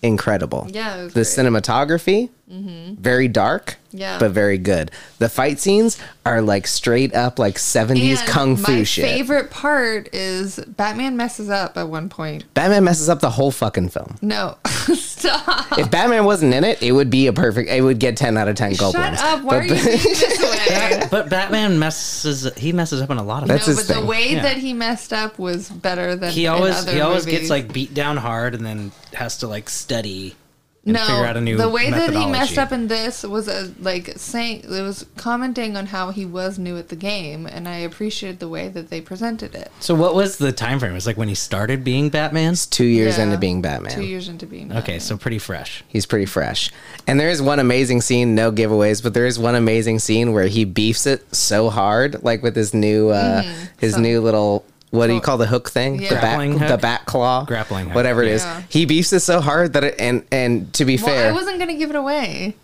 A: incredible.
C: Mm-hmm. Yeah, it was
A: the
C: great. Mm-hmm.
A: cinematography, very dark.
C: Yeah.
A: but very good. The fight scenes are like straight up like 70s
C: And
A: kung fu
C: my
A: shit.
C: favorite part is Batman messes up at one point.
A: Batman messes up the whole fucking film.
C: [LAUGHS] No, stop.
A: If Batman wasn't in it, it would be a perfect. It would get ten out of ten Goldblums.
C: Shut up. Why are
A: [LAUGHS]
C: you being this way?
B: But Batman messes. He messes up on a lot of.
A: That's
B: things.
C: no,
A: his
C: but
A: thing.
C: the way
B: Yeah.
C: that he messed up was better than
B: He always
C: in other
B: he always
C: movies.
B: gets like beat down hard and then has to like study. And
C: no.
B: figure out a new
C: the way that he
B: methodology.
C: messed up in this was a, like saying it was commenting on how he was new at the game, and I appreciated the way that they presented it.
B: So what was the time frame? It was like when he started being Batman.
A: Two years
C: Yeah.
A: into being
C: Two
A: Batman,
C: years into being
B: Okay, so pretty fresh.
A: he's pretty fresh. And there is one amazing scene. No giveaways, but there is one amazing scene where he beefs it so hard, like with his new uh, his new little. What do you call the hook thing?
C: Mm-hmm. Yeah.
A: The
B: Grappling
A: back,
B: hook?
A: the back claw,
B: Grappling hook,
A: whatever it is.
C: yeah.
A: He beefs it so hard that it, and and to be
C: Well,
A: fair,
C: I wasn't gonna give it away.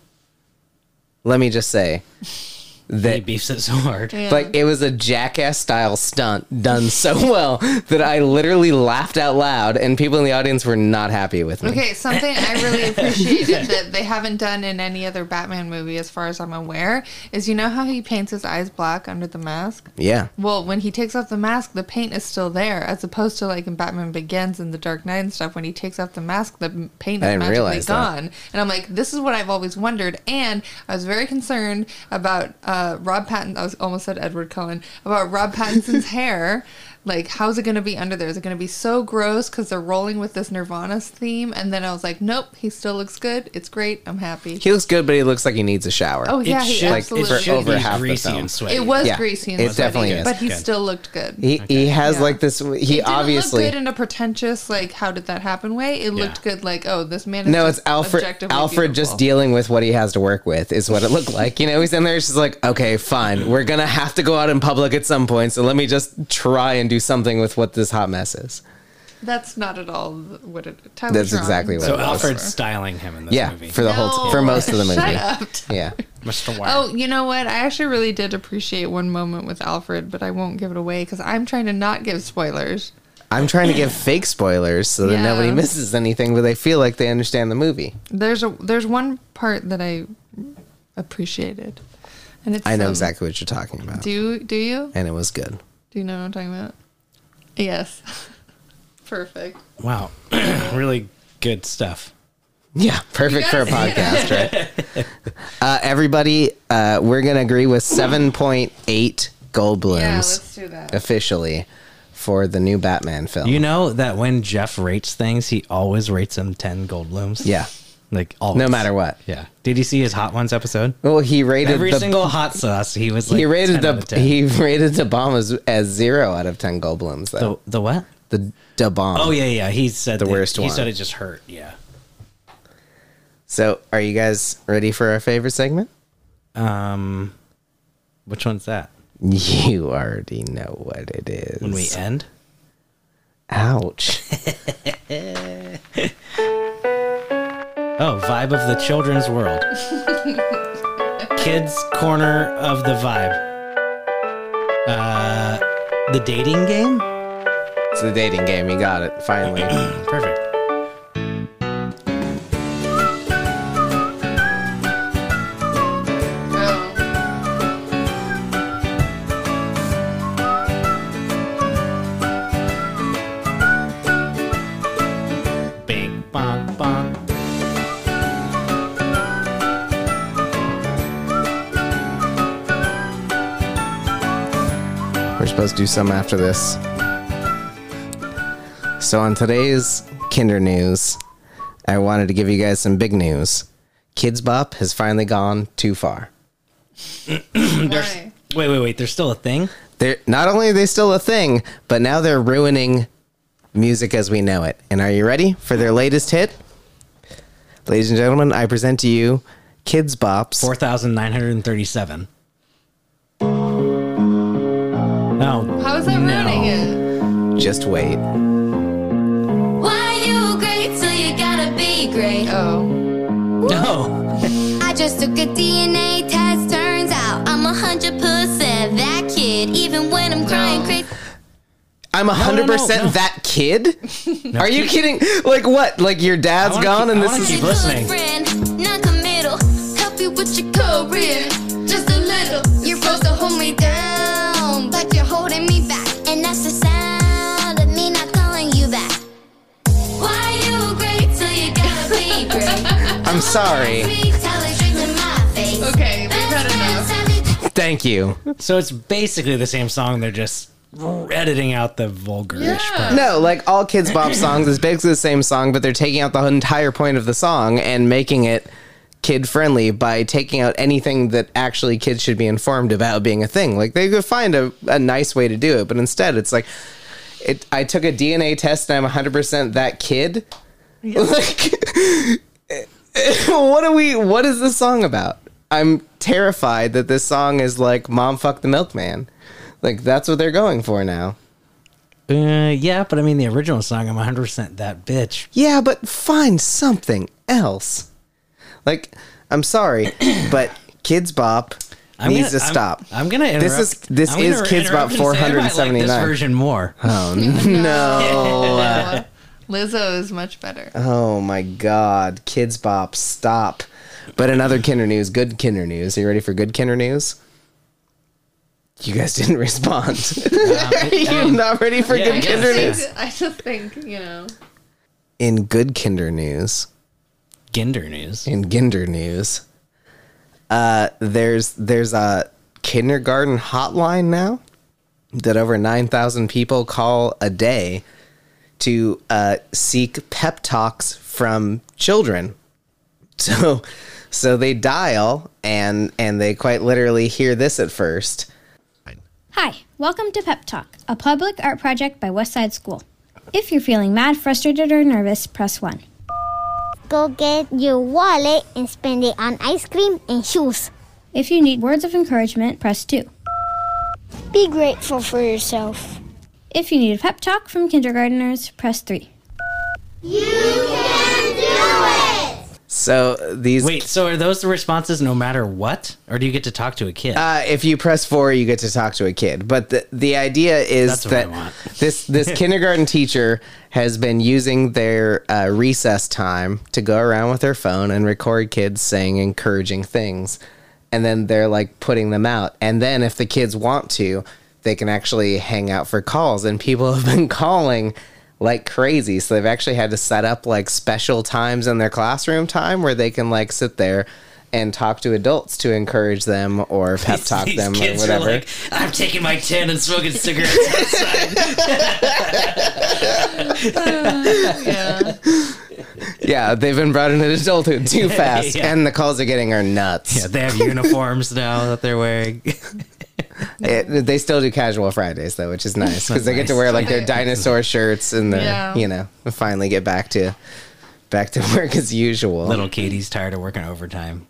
A: let me just say
B: He
A: that
B: beefs it so hard.
C: Yeah.
A: Like it was a jackass style stunt done so [LAUGHS] well that I literally laughed out loud, and people in the audience were not happy with me.
C: Okay, something
A: [LAUGHS]
C: I really appreciated that they haven't done in any other Batman movie, as far as I'm aware, is you know how he paints his eyes black under the mask?
A: Yeah,
C: Well, when he takes off the mask, the paint is still there, as opposed to like in Batman Begins and The Dark Knight and stuff. When he takes off the mask, the m- paint
A: I
C: is
A: didn't
C: magically
A: realize that.
C: gone. And I'm like, this is what I've always wondered. And I was very concerned about uh, Rob Patton. I was almost said Edward Cullen about Rob
A: [LAUGHS]
C: Pattinson's hair. Like, how's it going to be under there? Is it going to be so gross because they're rolling with this Nirvana theme? And then I was like, nope, he still looks good. It's great. I'm happy.
A: he looks good, but he looks like he needs a shower.
C: oh yeah, he
B: should,
A: Like,
C: absolutely.
A: for
B: it should
A: over
B: be
A: half the
B: greasy
A: film.
B: and sweaty.
C: it was
A: Yeah,
C: greasy and
A: it
C: sweaty,
A: definitely is.
C: but he
B: Good.
C: still looked good.
A: he he has
C: Yeah.
A: like this. He
C: It didn't
A: obviously
C: look good in a pretentious like how did that happen way. It looked
B: Yeah.
C: good like oh this man. Is
A: no, it's
C: just
A: Alfred.
C: objectively
A: Alfred just
C: beautiful.
A: dealing with what he has to work with is what it looked like. You know, he's in there. He's just like, okay, fine, we're gonna have to go out in public at some point, so let me just try and do something with what this hot mess is.
C: That's not at all what it. Tyler
A: That's
C: Sharon.
A: exactly what
B: So
A: it was.
B: Alfred's styling him in this
A: yeah,
B: movie.
A: for the whole
C: No,
A: for most
C: [LAUGHS]
A: of the movie.
C: Shut up.
A: Yeah,
B: Mr. Wire.
C: Oh, you know what? I actually really did appreciate one moment with Alfred, but I won't give it away because I'm trying to not give spoilers.
A: I'm trying to give fake spoilers so that
C: Yeah.
A: nobody misses anything, but they feel like they understand the movie.
C: There's a there's one part that I appreciated, and it's
A: I know
C: um,
A: exactly what you're talking about,
C: Do you do you
A: and it was good.
C: do you know what I'm talking about? Yes, [LAUGHS] perfect.
B: Wow. [CLEARS THROAT] really good stuff.
A: Yeah, perfect for a
C: You guys-
A: podcast, right? Uh, everybody, uh, we're gonna agree with 7.8 gold
C: Yeah,
A: blooms
C: let's do that.
A: officially for the new Batman film.
B: You know that when Jeff rates things, he always rates them 10 gold blooms?
A: yeah,
B: Like always.
A: no matter what.
B: Yeah. Did you see his Hot Ones episode?
A: Well, he rated
B: Every
A: the
B: single hot sauce, he was like
A: he rated
B: 10 out of
A: the
B: 10.
A: he [LAUGHS] rated the bomb as, as zero out of ten gold blooms
B: the,
A: though.
B: the what?
A: The the bomb.
B: Oh, yeah, yeah. He said
A: The
B: that-
A: worst
B: he
A: one.
B: said it just hurt. Yeah.
A: So, are you guys ready for our favorite segment? [LAUGHS]
B: Um, Which one's that?
A: You already know what it is.
B: When we end? [LAUGHS]
A: Ouch.
B: Oh, Vibe of the Children's World. Kids Corner of the Vibe. Uh, the dating game?
A: it's the dating game. You got it finally.
B: [CLEARS THROAT] Perfect.
C: Oh,
B: Bing, bong, bong.
A: We're supposed to do some after this. So, on today's Kinder News, I wanted to give you guys some big news. Kids Bop has finally gone too far.
C: why?
B: Wait, wait, wait. There's still a thing?
A: They're not only are they still a thing, but now they're ruining music as we know it. And are you ready for their latest hit? Ladies and gentlemen, I present to you Kids Bop's
B: 4,937. No.
C: How is that ruining it?
A: Just Wait.
E: Why you great till you gotta be great?
C: Oh,
B: No.
E: I just took a DNA test, turns out I'm a hundred percent that kid. Even when I'm crying crazy,
A: I'm 100%
B: no.
A: that kid? Are you kidding? Like what? Like your dad's
B: I wanna
A: gone
B: keep-
A: and
B: I
A: this
B: wanna
A: is
B: Keep listening.
E: friend, not committal. Help you with your career, just a little. You're supposed to hold me down, but you're holding me back, and that's the sound of me not calling you back. Why you great till you gotta
C: [LAUGHS]
E: be great?
A: I'm sorry.
C: okay, we've had enough.
A: Thank you.
B: So it's basically the same song. They're just editing out the vulgar
C: Yeah.
A: No, like all Kids Bop songs is basically the same song, but they're taking out the entire point of the song and making it kid friendly by taking out anything that actually kids should be informed about being a thing. Like they could find a, a nice way to do it, but instead it's like it I took a DNA test and I'm 100% that kid. [LAUGHS] Like what are we what is this song about? I'm terrified that this song is like mom fuck the milkman. Like that's what they're going for now.
B: Uh, yeah, but I mean, the original song, I'm 100% that bitch.
A: Yeah, but find something else. Like, I'm
B: [CLEARS THROAT]
A: sorry, but Kids Bop
B: I'm
A: needs
B: gonna-
A: to
B: I'm-
A: stop.
B: I'm, gonna interrupt.
A: This is this
B: I'm
A: is
B: gonna
A: Kids Bop
B: interrupt and say I might
A: 479.
B: Like this version more. [LAUGHS]
A: no.
C: [LAUGHS] Lizzo is much better.
A: oh my God, Kids Bop, stop! But another Kinder news. Good Kinder news. Are you ready for good Kinder news? You guys didn't [LAUGHS] respond. [LAUGHS] Are you not ready for
B: Yeah, I
A: good
B: guess.
A: Kinder news?
C: I just think you know.
A: In good Kinder news,
B: Ginder news.
A: in Ginder news. Uh, there's there's a kindergarten hotline now that over nine thousand people call a day to uh, seek pep talks from children. [LAUGHS] So so they dial and and they quite literally hear this at first.
F: Hi, welcome to Pep Talk, a public art project by Westside School. If you're feeling mad, frustrated, or nervous, press 1.
G: Go get your wallet and spend it on ice cream and shoes.
F: If you need words of encouragement, press 2.
G: Be grateful for yourself.
F: If you need a pep talk from kindergarteners, press 3.
G: You can do it!
A: So these
B: Wait, so are those the responses no matter what? Or do you get to talk to a kid?
A: Uh, if you press four, you get to talk to a kid. But the the idea is
B: That's what I
A: that
B: want.
A: [LAUGHS] this
B: [LAUGHS]
A: this kindergarten teacher has been using their uh, recess time to go around with their phone and record kids saying encouraging things, and then they're like putting them out. And then if the kids want to, they can actually hang out for calls. And people [LAUGHS] have been calling like crazy, so they've actually had to set up like special times in their classroom time where they can like sit there. And talk to adults to encourage them
B: [LAUGHS]
A: or pep
B: These-
A: talk
B: these
A: them or
B: kids are
A: whatever.
B: like, I'm taking my tin and smoking cigarettes
A: [LAUGHS]
B: outside.
C: Yeah.
A: yeah, they've been brought into adulthood too fast,
B: [LAUGHS] Yeah.
A: and the calls they're getting are nuts.
B: yeah, they have uniforms now that
A: [LAUGHS]
B: they're wearing.
A: It- they still do casual Fridays though,
B: [LAUGHS]
A: which is nice because they get to
B: nice.
A: wear like
C: [LAUGHS]
A: their
C: Yeah.
A: dinosaur shirts and their
C: Yeah.
A: you know finally get back to back to [LAUGHS] work as usual.
B: Little Katie's tired of working overtime.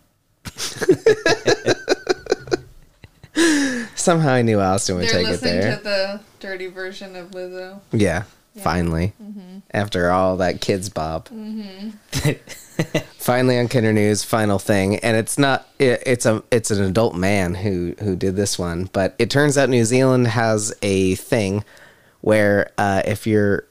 A: Somehow I knew Austin would
C: They're
A: take it
C: listening
A: there.
C: to the dirty version of Lizzo.
A: yeah, finally, after all that kids Bob. [LAUGHS] finally on Kinder News, final thing, and it's not it, it's a it's an adult man who who did this one, but it turns out New Zealand has a thing where uh, if you're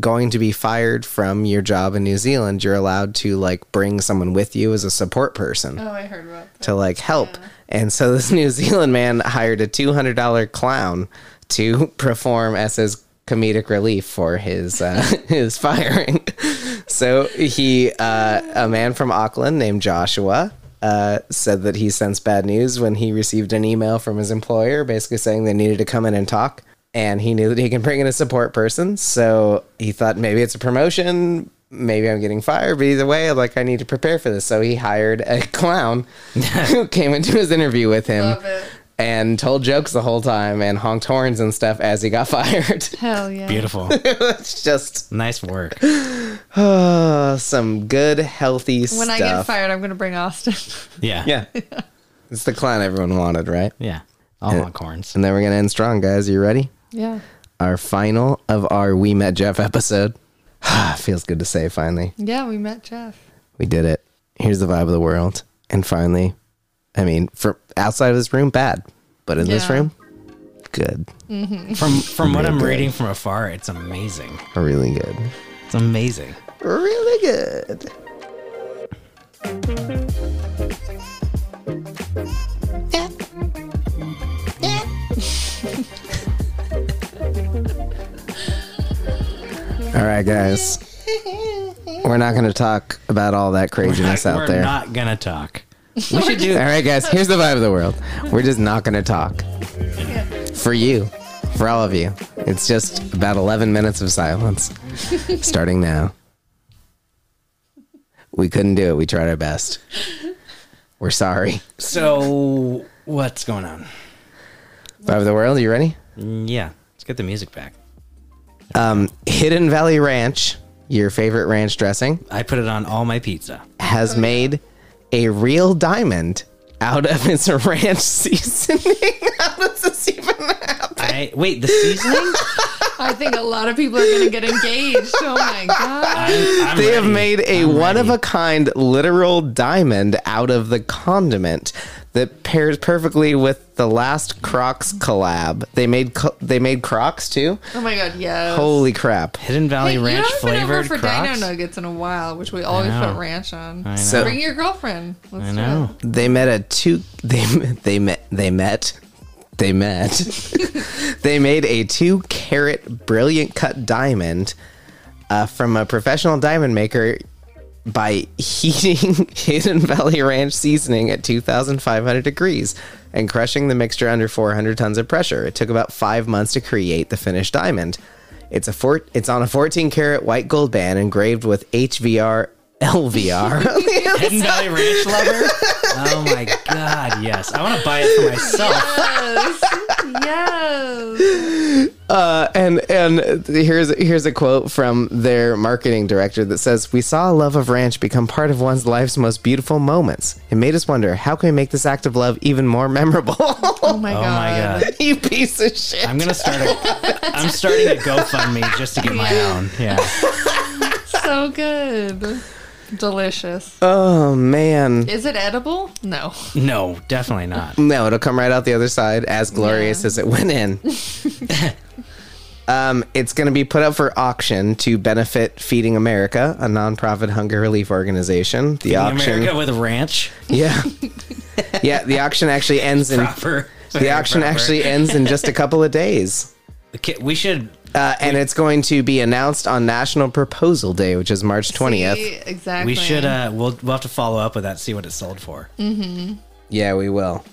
A: going to be fired from your job in New Zealand, you're allowed to like bring someone with you as a support person
C: Oh, I heard about that.
A: to like help. And so this [LAUGHS] New Zealand man hired a two hundred dollar clown to [LAUGHS] perform as his comedic relief for his uh, [LAUGHS] his firing. [LAUGHS] So he, uh, a man from Auckland named Joshua. Uh, said that he sensed bad news when he received an email from his employer basically saying they needed to come in and talk and he knew that he can bring in a support person so he thought maybe it's a promotion maybe i'm getting fired but either way like i need to prepare for this so he hired a [LAUGHS] clown who came into his interview with him
C: Love it.
A: and told jokes the whole time and honked horns and stuff as he got [LAUGHS] fired.
C: Hell
A: [LAUGHS]
C: yeah.
B: Beautiful.
A: it's just
B: nice work.
A: uh, some good, healthy stuff.
C: When I get fired, I'm going to bring Austin.
B: Yeah.
A: Yeah. it's the clown everyone wanted, right?
B: Yeah. All longhorns.
A: And then we're going to end strong, guys. You ready?
C: [LAUGHS] yeah.
A: Our final of our We Met Jeff episode. [SIGHS] Feels good to say finally.
C: Yeah, we met Jeff.
A: We did it. Here's the vibe of the world. And finally, I mean, for outside of this room, bad. But in this
C: Yeah.
A: room, good.
B: From from what I'm
A: good.
B: reading from afar, it's amazing.
A: Really good.
B: It's amazing.
A: Really good. All right, [LAUGHS] guys. We're not going to talk about all that craziness
B: We're
A: out there.
B: not gonna talk. We should do
A: all right, guys. Here's the vibe of the world. We're just not going to talk. For you, for all of you. It's just about 11 minutes of silence starting now. We couldn't do it. We tried our best. We're sorry.
B: so what's going on?
A: Vibe of the world, you ready?
B: Yeah. Let's get the music back.
A: Hidden Valley Ranch, your favorite ranch dressing.
B: I put it on all my pizza. Oh,
A: has made a real diamond out of its ranch [LAUGHS] seasoning. How does this even happen?
B: I wait,
A: [LAUGHS]
B: the seasoning?
C: I think a lot of people are going to get engaged. Oh [LAUGHS] my God.
B: I'm, I'm
A: They have
B: ready.
A: made a
B: I'm
A: one of a
B: ready.
A: kind literal diamond out of the condiment that pairs perfectly with the last Crocs collab. They made co- they made Crocs too.
C: Oh my God. Yes.
A: Holy crap!
B: Hidden Valley
C: Hey, you
B: Ranch
C: haven't been over
B: flavored
C: for
B: Crocs.
C: Dino Nuggets in a while, which we always
B: know.
C: put ranch on.
A: So-
C: Bring your girlfriend. Let's
B: I know.
C: Do
A: They met a two. They they met they met they met. [LAUGHS] they made a two carat brilliant cut diamond uh, from a professional diamond maker by [LAUGHS] heating Hidden Valley Ranch seasoning at 2,500 degrees and crushing the mixture under 400 tons of pressure. It took about five months to create the finished diamond. It's a four, It's on a 14 karat white gold band engraved with HVR [LAUGHS] LVR on the
B: Hidden Valley Ranch
C: [LAUGHS]
B: lover? Oh my god, yes. I want to buy it for myself.
C: it. [LAUGHS] Yes. yes.
A: Uh, and and here's here's a quote from their marketing director that says, "We saw a love of ranch become part of one's life's most beautiful moments. It made us wonder how can we make this act of love even more memorable." [LAUGHS]
C: Oh my
B: Oh
C: god.
B: my god.
A: you piece of shit.
B: I'm gonna start a I'm starting a GoFundMe just to get my own. Yeah.
C: So good. Delicious.
A: Oh man.
C: Is it edible? No.
B: No, definitely not.
A: No, it'll come right out the other side as glorious
C: Yeah.
A: as it went in. um, it's going to be put up for auction to benefit Feeding America, a nonprofit hunger relief organization. The auction,
B: America with a ranch.
A: yeah, yeah. The auction actually ends in
B: Proper.
A: the auction
B: Proper.
A: actually ends in just a couple of days,
B: Okay, we should
A: uh, and it's going to be announced on National Proposal Day, which is March twentieth.
C: See, exactly.
B: we should uh we'll we'll have to follow up with that, see what it sold for.
A: Yeah, we will.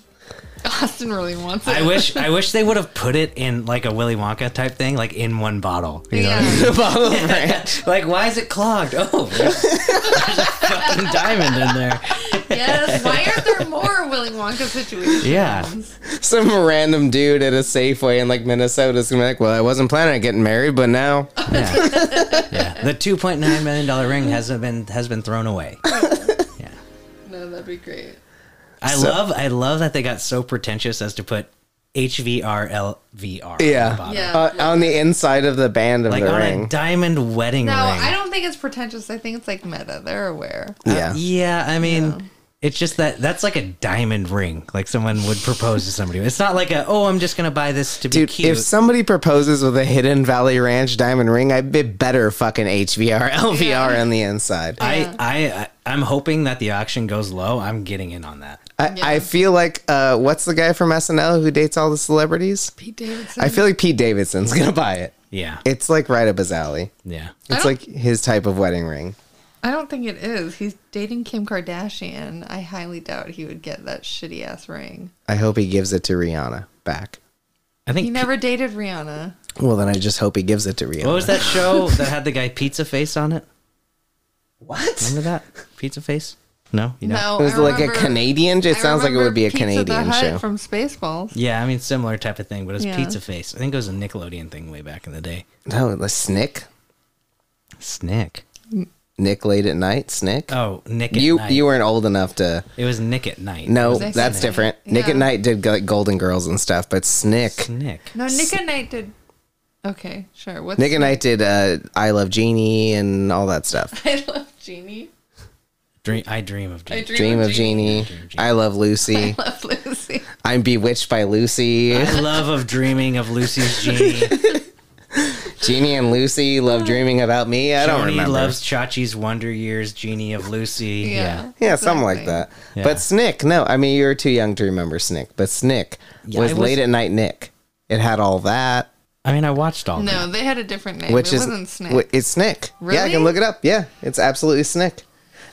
A: [LAUGHS]
C: Austin really wants it.
B: I wish I wish they would have put it in like a Willy Wonka type thing, like in one bottle. You know what
A: [LAUGHS]
B: I mean?
C: yeah.
B: [LAUGHS] Like why is it clogged? Oh [LAUGHS] there's, there's a fucking diamond in there. [LAUGHS]
C: yes. Why aren't there more Willy Wonka situations?
B: Yeah.
A: Some random dude at a Safeway in like Minnesota is gonna be like, "Well, I wasn't planning on getting married, but now." uh,
B: Yeah. yeah. The two point nine million dollar ring hasn't been has been thrown away.
C: No, that'd be great.
B: I love I love that they got so pretentious as to put HVRLVR. on the
A: Yeah.
B: bottom.
C: Yeah.
A: uh, on the inside of the band of
B: Like
A: the
B: on
A: ring.
B: a diamond wedding
C: No,
B: ring.
C: I don't think it's pretentious. I think it's like meta. They're aware.
B: uh,
A: yeah.
B: Yeah, I mean, it's just that that's like a diamond ring. Like someone would propose to somebody. It's not like a oh, I'm just gonna buy this to be
A: Dude,
B: cute.
A: if somebody proposes with a Hidden Valley Ranch diamond ring, I'd be better fucking HVR, LVR on the inside. I,
B: I, I I I'm hoping that the auction goes low. I'm getting in on that.
A: I, feel like, uh, what's the guy from SNL who dates all the celebrities?
C: Pete Davidson.
A: I feel like Pete Davidson's gonna buy it.
B: Yeah,
A: It's like right up his alley.
B: yeah.
A: It's
C: don't-
A: like his type of wedding ring.
C: I don't think it is. He's dating Kim Kardashian. I highly doubt he would get that shitty ass ring.
A: I hope he gives it to Rihanna back.
B: I think
C: He never dated Rihanna.
A: Well, then I just hope he gives it to Rihanna.
B: What was that show that had the guy Pizza Face on it?
A: What?
B: Remember that Pizza Face? No, you know.
C: No,
A: It was
C: I
A: like
C: remember-
A: a Canadian. It
C: I
A: sounds like it
C: remember
A: would be a
C: Pizza the
A: Canadian
C: Hut
A: show.
C: from Spaceballs.
B: Yeah, I mean similar type of thing, but it's
C: Yeah.
B: Pizza Face. I think it was a Nickelodeon thing way back in the day.
A: No, the Snick.
B: Snick.
A: Nick late at night. Snick.
B: Oh, Nick. At
A: you
B: night.
A: you weren't old enough to
B: It was Nick at night.
A: no
C: Nick at
A: that's
C: Night.
A: different nick at
C: Yeah.
A: night did like golden girls and stuff but snick
B: Nick.
C: No, Nick and Knight did. Okay, sure. What's [LAUGHS]
A: nick at night did uh i love jeannie and all that stuff
C: I love Jeannie.
B: Dream. I dream of. Dream.
C: I dream,
A: dream of
C: Jeannie.
A: jeannie i love
C: [LAUGHS]
A: lucy
C: I love Lucy.
A: i'm bewitched by lucy
B: I love of dreaming
A: [LAUGHS]
B: of Lucy's genie.
A: jeannie and lucy love dreaming about me i don't
B: Joni
A: remember
B: loves Chachi's Wonder Years. Genie of Lucy. Yeah.
C: Yeah.
A: yeah something like that
C: Exactly.
B: Yeah.
A: but snick no i mean you were too young to remember snick but snick was,
B: I was-
A: late at night nick it had all that
B: I mean, I watched all. that.
C: No, they had a different name.
A: which
C: it
A: is
C: wasn't Snake.
A: wh- It's Snick. Yeah, I
C: Really?
A: can look it up. Yeah, it's absolutely Snick.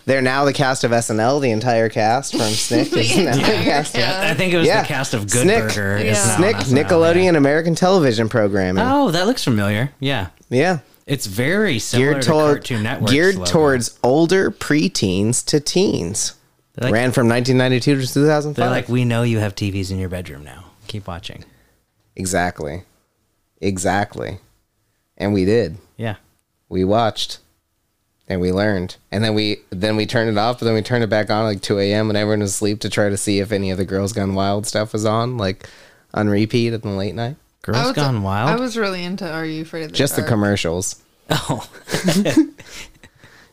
A: They're now the cast of SNL. The entire cast from Snick is now the cast. of-
B: I think it was
A: Yeah.
B: the cast of Good
A: Snick.
B: Burger.
C: Yeah.
B: is now
A: Snick,
B: on SNL,
A: Nickelodeon,
B: yeah.
A: American television programming.
B: Oh, that looks familiar. Yeah,
A: Yeah,
B: it's very similar
A: geared
B: to
A: toward
B: Cartoon Network.
A: geared towards older preteens to teens.
B: They're like-
A: Ran from 1992 to 2005.
B: They're like, we know you have TVs in your bedroom now. Keep watching.
A: exactly, exactly, and we did.
B: Yeah.
A: we watched and we learned and then we then we turned it off but then we turned it back on at like 2 a.m when everyone was asleep to try to see if any of the girls gone wild stuff was on like on repeat at the late night
C: I
B: Girls
C: was-
B: Gone Wild.
C: I was really into Are You Afraid of the
A: just the
C: Dark?
A: commercials
B: oh,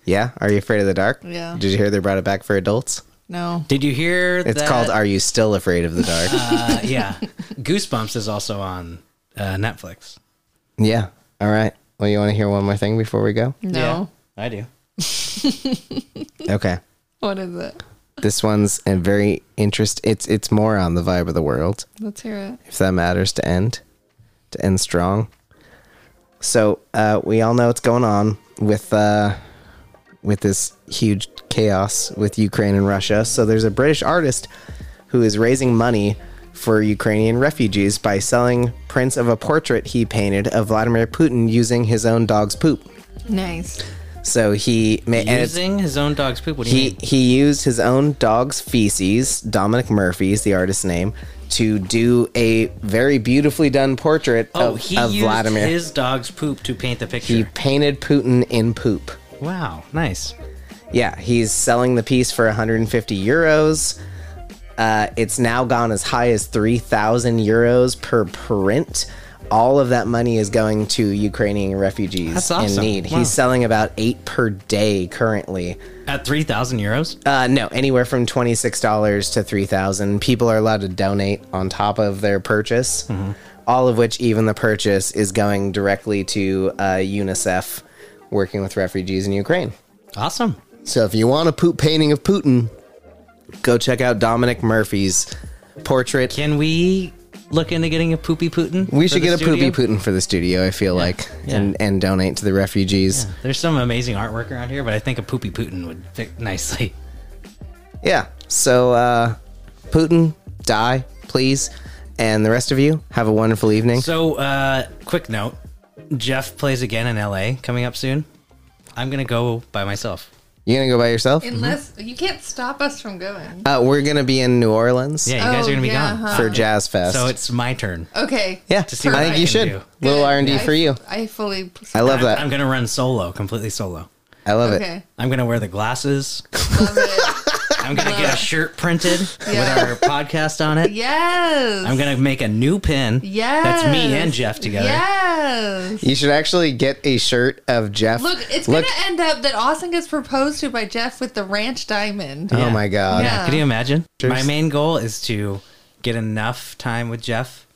A: yeah are you afraid of the dark
C: Yeah.
A: did you hear they brought it back for adults
C: No.
B: did you hear?
A: it's
B: that-
A: called are you still afraid of the
B: [LAUGHS]
A: dark
B: Uh, yeah,
A: [LAUGHS]
B: Goosebumps is also on uh, Netflix.
A: yeah all right well you want to hear one more thing before we go
C: No.
B: Yeah, I do.
A: [LAUGHS] okay
C: What is it?
A: this one's a very interest it's it's more on the vibe of the world
C: Let's hear it.
A: if that matters to end to end strong so uh, we all know what's going on with uh, with this huge chaos with ukraine and russia so there's a british artist who is raising money for ukrainian refugees by selling prints of a portrait he painted of vladimir putin using his own dog's poop
C: Nice.
A: So he ma- and it's-
B: Using his own dog's poop. What do you
A: he
B: mean?
A: he used his own dog's feces, Dominic Murphy's the artist's name, to do a very beautifully done portrait
B: Oh,
A: of,
B: he
A: of
B: used
A: Vladimir.
B: his dog's poop to paint the picture.
A: he painted Putin in poop.
B: wow, nice.
A: Yeah, he's selling the piece for 150 euros. Uh, it's now gone as high as 3,000 euros per print. All of that money is going to Ukrainian refugees
B: That's awesome.
A: in need.
B: Wow.
A: He's selling about eight per day currently.
B: At three thousand euros.
A: Uh, no, anywhere from twenty six dollars to three thousand. People are allowed to donate on top of their purchase,
B: Mm-hmm.
A: all of which, even the purchase, is going directly to uh, UNICEF, working with refugees in Ukraine.
B: Awesome.
A: So, if you want a poop painting of Putin, go check out Dominic Murphy's portrait.
B: Can we look into getting a poopy Putin?
A: we
B: for
A: should
B: the
A: get a poopy
B: studio?
A: Putin for the studio. I feel like,
B: yeah.
A: and and donate to the refugees.
B: There's some amazing artwork around here, but I think a poopy Putin would fit nicely. [LAUGHS]
A: yeah. So uh, Putin, die please, and the rest of you have a wonderful evening.
B: So, uh, quick note: Jeff plays again in L.A. coming up soon. I'm gonna go by myself.
A: You gonna go by yourself?
C: Unless
B: Mm-hmm.
C: you can't stop us from going.
A: Uh, we're gonna be in New Orleans
B: Yeah, you guys
C: Oh,
B: are gonna be
C: yeah,
B: gone.
C: huh.
A: for Jazz Fest.
B: So it's my turn.
C: Okay.
A: yeah,
B: to see
A: I
B: what
A: think
B: I
A: you
B: can
A: should.
B: do.
A: Little
C: Good.
A: R and D
C: I-
A: for you.
C: I fully.
A: I love that.
B: I'm gonna run solo, completely solo.
A: I love it.
C: Okay.
B: I'm gonna wear the glasses.
C: Love
A: [LAUGHS]
C: it.
B: I'm gonna get a shirt printed
C: Yeah.
B: with our podcast on it.
C: yes.
B: I'm gonna make a new pin.
C: Yes.
B: that's me and Jeff together.
C: Yes.
A: You should actually get a shirt of Jeff.
C: Look, it's gonna end up that Austin gets proposed to by Jeff with the ranch diamond.
A: Oh
B: Yeah.
A: my god.
C: Yeah.
B: Yeah, Could you imagine?
A: Cheers.
B: My main goal is to get enough time with Jeff,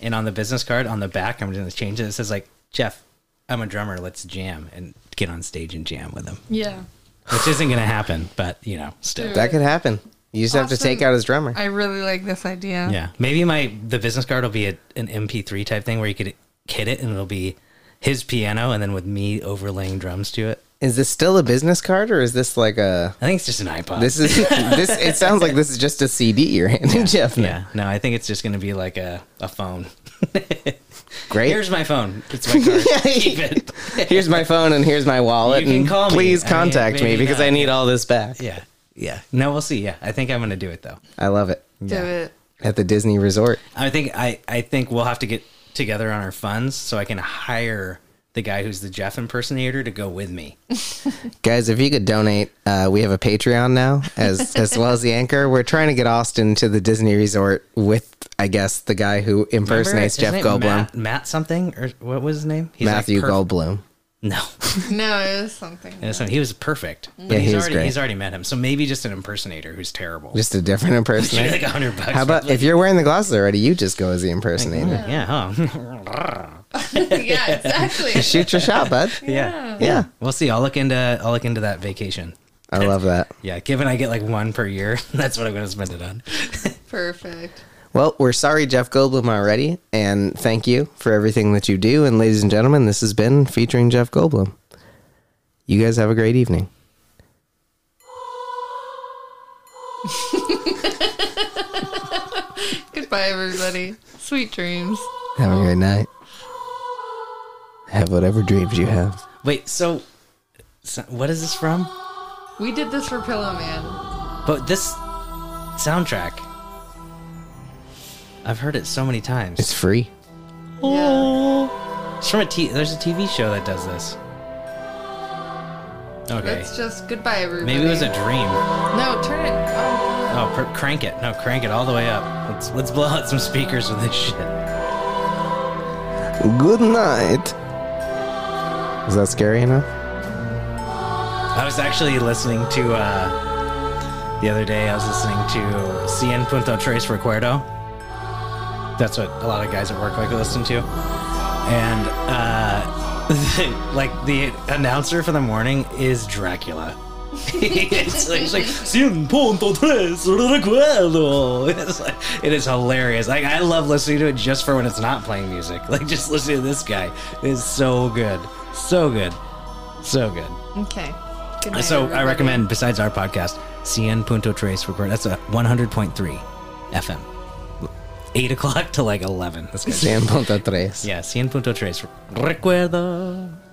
B: and on the business card on the back, I'm going to change it. It says like, Jeff, I'm a drummer. Let's jam and get on stage and jam with him,
C: Yeah.
B: which isn't going to happen, but you know, still.
A: That could happen. You just have to
C: Awesome.
A: take out his drummer.
C: I really like this idea.
B: Yeah, maybe my the business card will be a, an MP3 type thing where you could hit it and it'll be his piano, and then with me overlaying drums to it.
A: Is this still a business card or is this like a
B: I think it's just an iPod.
A: this
C: [LAUGHS]
A: is this it sounds like this is just a CD you're handing Jeff now.
B: yeah, no, I think it's just going to be like a a phone.
A: Great.
B: Here's my phone. It's my card. Keep it.
A: [LAUGHS] Here's my phone and here's my wallet
B: You can
A: and
B: call me.
A: please
B: I mean,
A: contact me
B: maybe
A: because
B: not.
A: I need all this back.
B: Yeah. Yeah. No, we'll see. Yeah. I think I'm going to do it though.
A: I love it.
C: Do it.
A: At the Disney Resort.
B: I think I I think we'll have to get together on our funds so I can hire the guy who's the Jeff impersonator to go with me.
A: guys if you could donate uh, we have a patreon now
B: [LAUGHS]
A: as as well as the anchor we're trying to get austin to the disney resort with i guess the guy who impersonates
B: Remember
A: jeff
B: his name?
A: goldblum
B: Matt, Matt something or what was his name? He's like
A: matthew
B: perf-
A: goldblum
B: No. [LAUGHS]
C: No, it was something. [LAUGHS]
B: And so he was perfect. But
A: Yeah,
B: he's
A: he was
B: already
A: great.
B: he's already met him. So maybe just an impersonator who's terrible.
A: just a
B: [LAUGHS]
A: different
B: Should be
A: impersonator
B: like a hundred bucks.
A: [LAUGHS] how about if you're wearing the glasses already you just go as the impersonator
B: Yeah, huh?
C: yeah,
B: [LAUGHS]
C: exactly.
A: shoot your shot bud
B: yeah.
A: yeah
B: We'll see. I'll look into I'll look into that vacation.
A: i love that
B: Yeah, given I get like one per year, [LAUGHS] that's what I'm gonna spend it on.
C: Perfect.
A: well we're sorry jeff goldblum already and thank you for everything that you do and ladies and gentlemen this has been featuring jeff goldblum you guys have a great evening
C: Goodbye, everybody. Sweet dreams.
A: have a great night have whatever dreams you have
B: Wait, so, so what is this from?
C: We did this for Pillow Man.
B: But this soundtrack, I've heard it so many times.
A: It's free.
C: Yeah.
B: It's from a t- there's a TV show that does this. Okay,
C: It's just goodbye, everybody.
B: maybe it was a dream.
C: No, turn it. Oh,
B: Oh, per- crank it! No, crank it all the way up. Let's let's blow out some speakers with this [LAUGHS] shit.
A: Good night. Is that scary enough?
B: I was actually listening to uh, the other day. I was listening to "Cien Punto Tres Recuerdo." That's what a lot of guys at work like to listen to. And uh, [LAUGHS] like the announcer for the morning is Dracula. [LAUGHS] it's like, it's like "Cien Punto Tres Recuerdo." [LAUGHS] It's like, it is hilarious. Like I love listening to it just for when it's not playing music. [LAUGHS] Like just listening to this guy is so good, so good, so good.
C: okay. Good night,
B: So I
C: everybody.
B: recommend, besides our podcast, CN Punto Tres Record. That's a 100.3 FM.
A: [LAUGHS]
B: 8 o'clock to like 11. That's good.
A: Cien punto tres.
B: yeah, CN Punto Tres Recuerdo.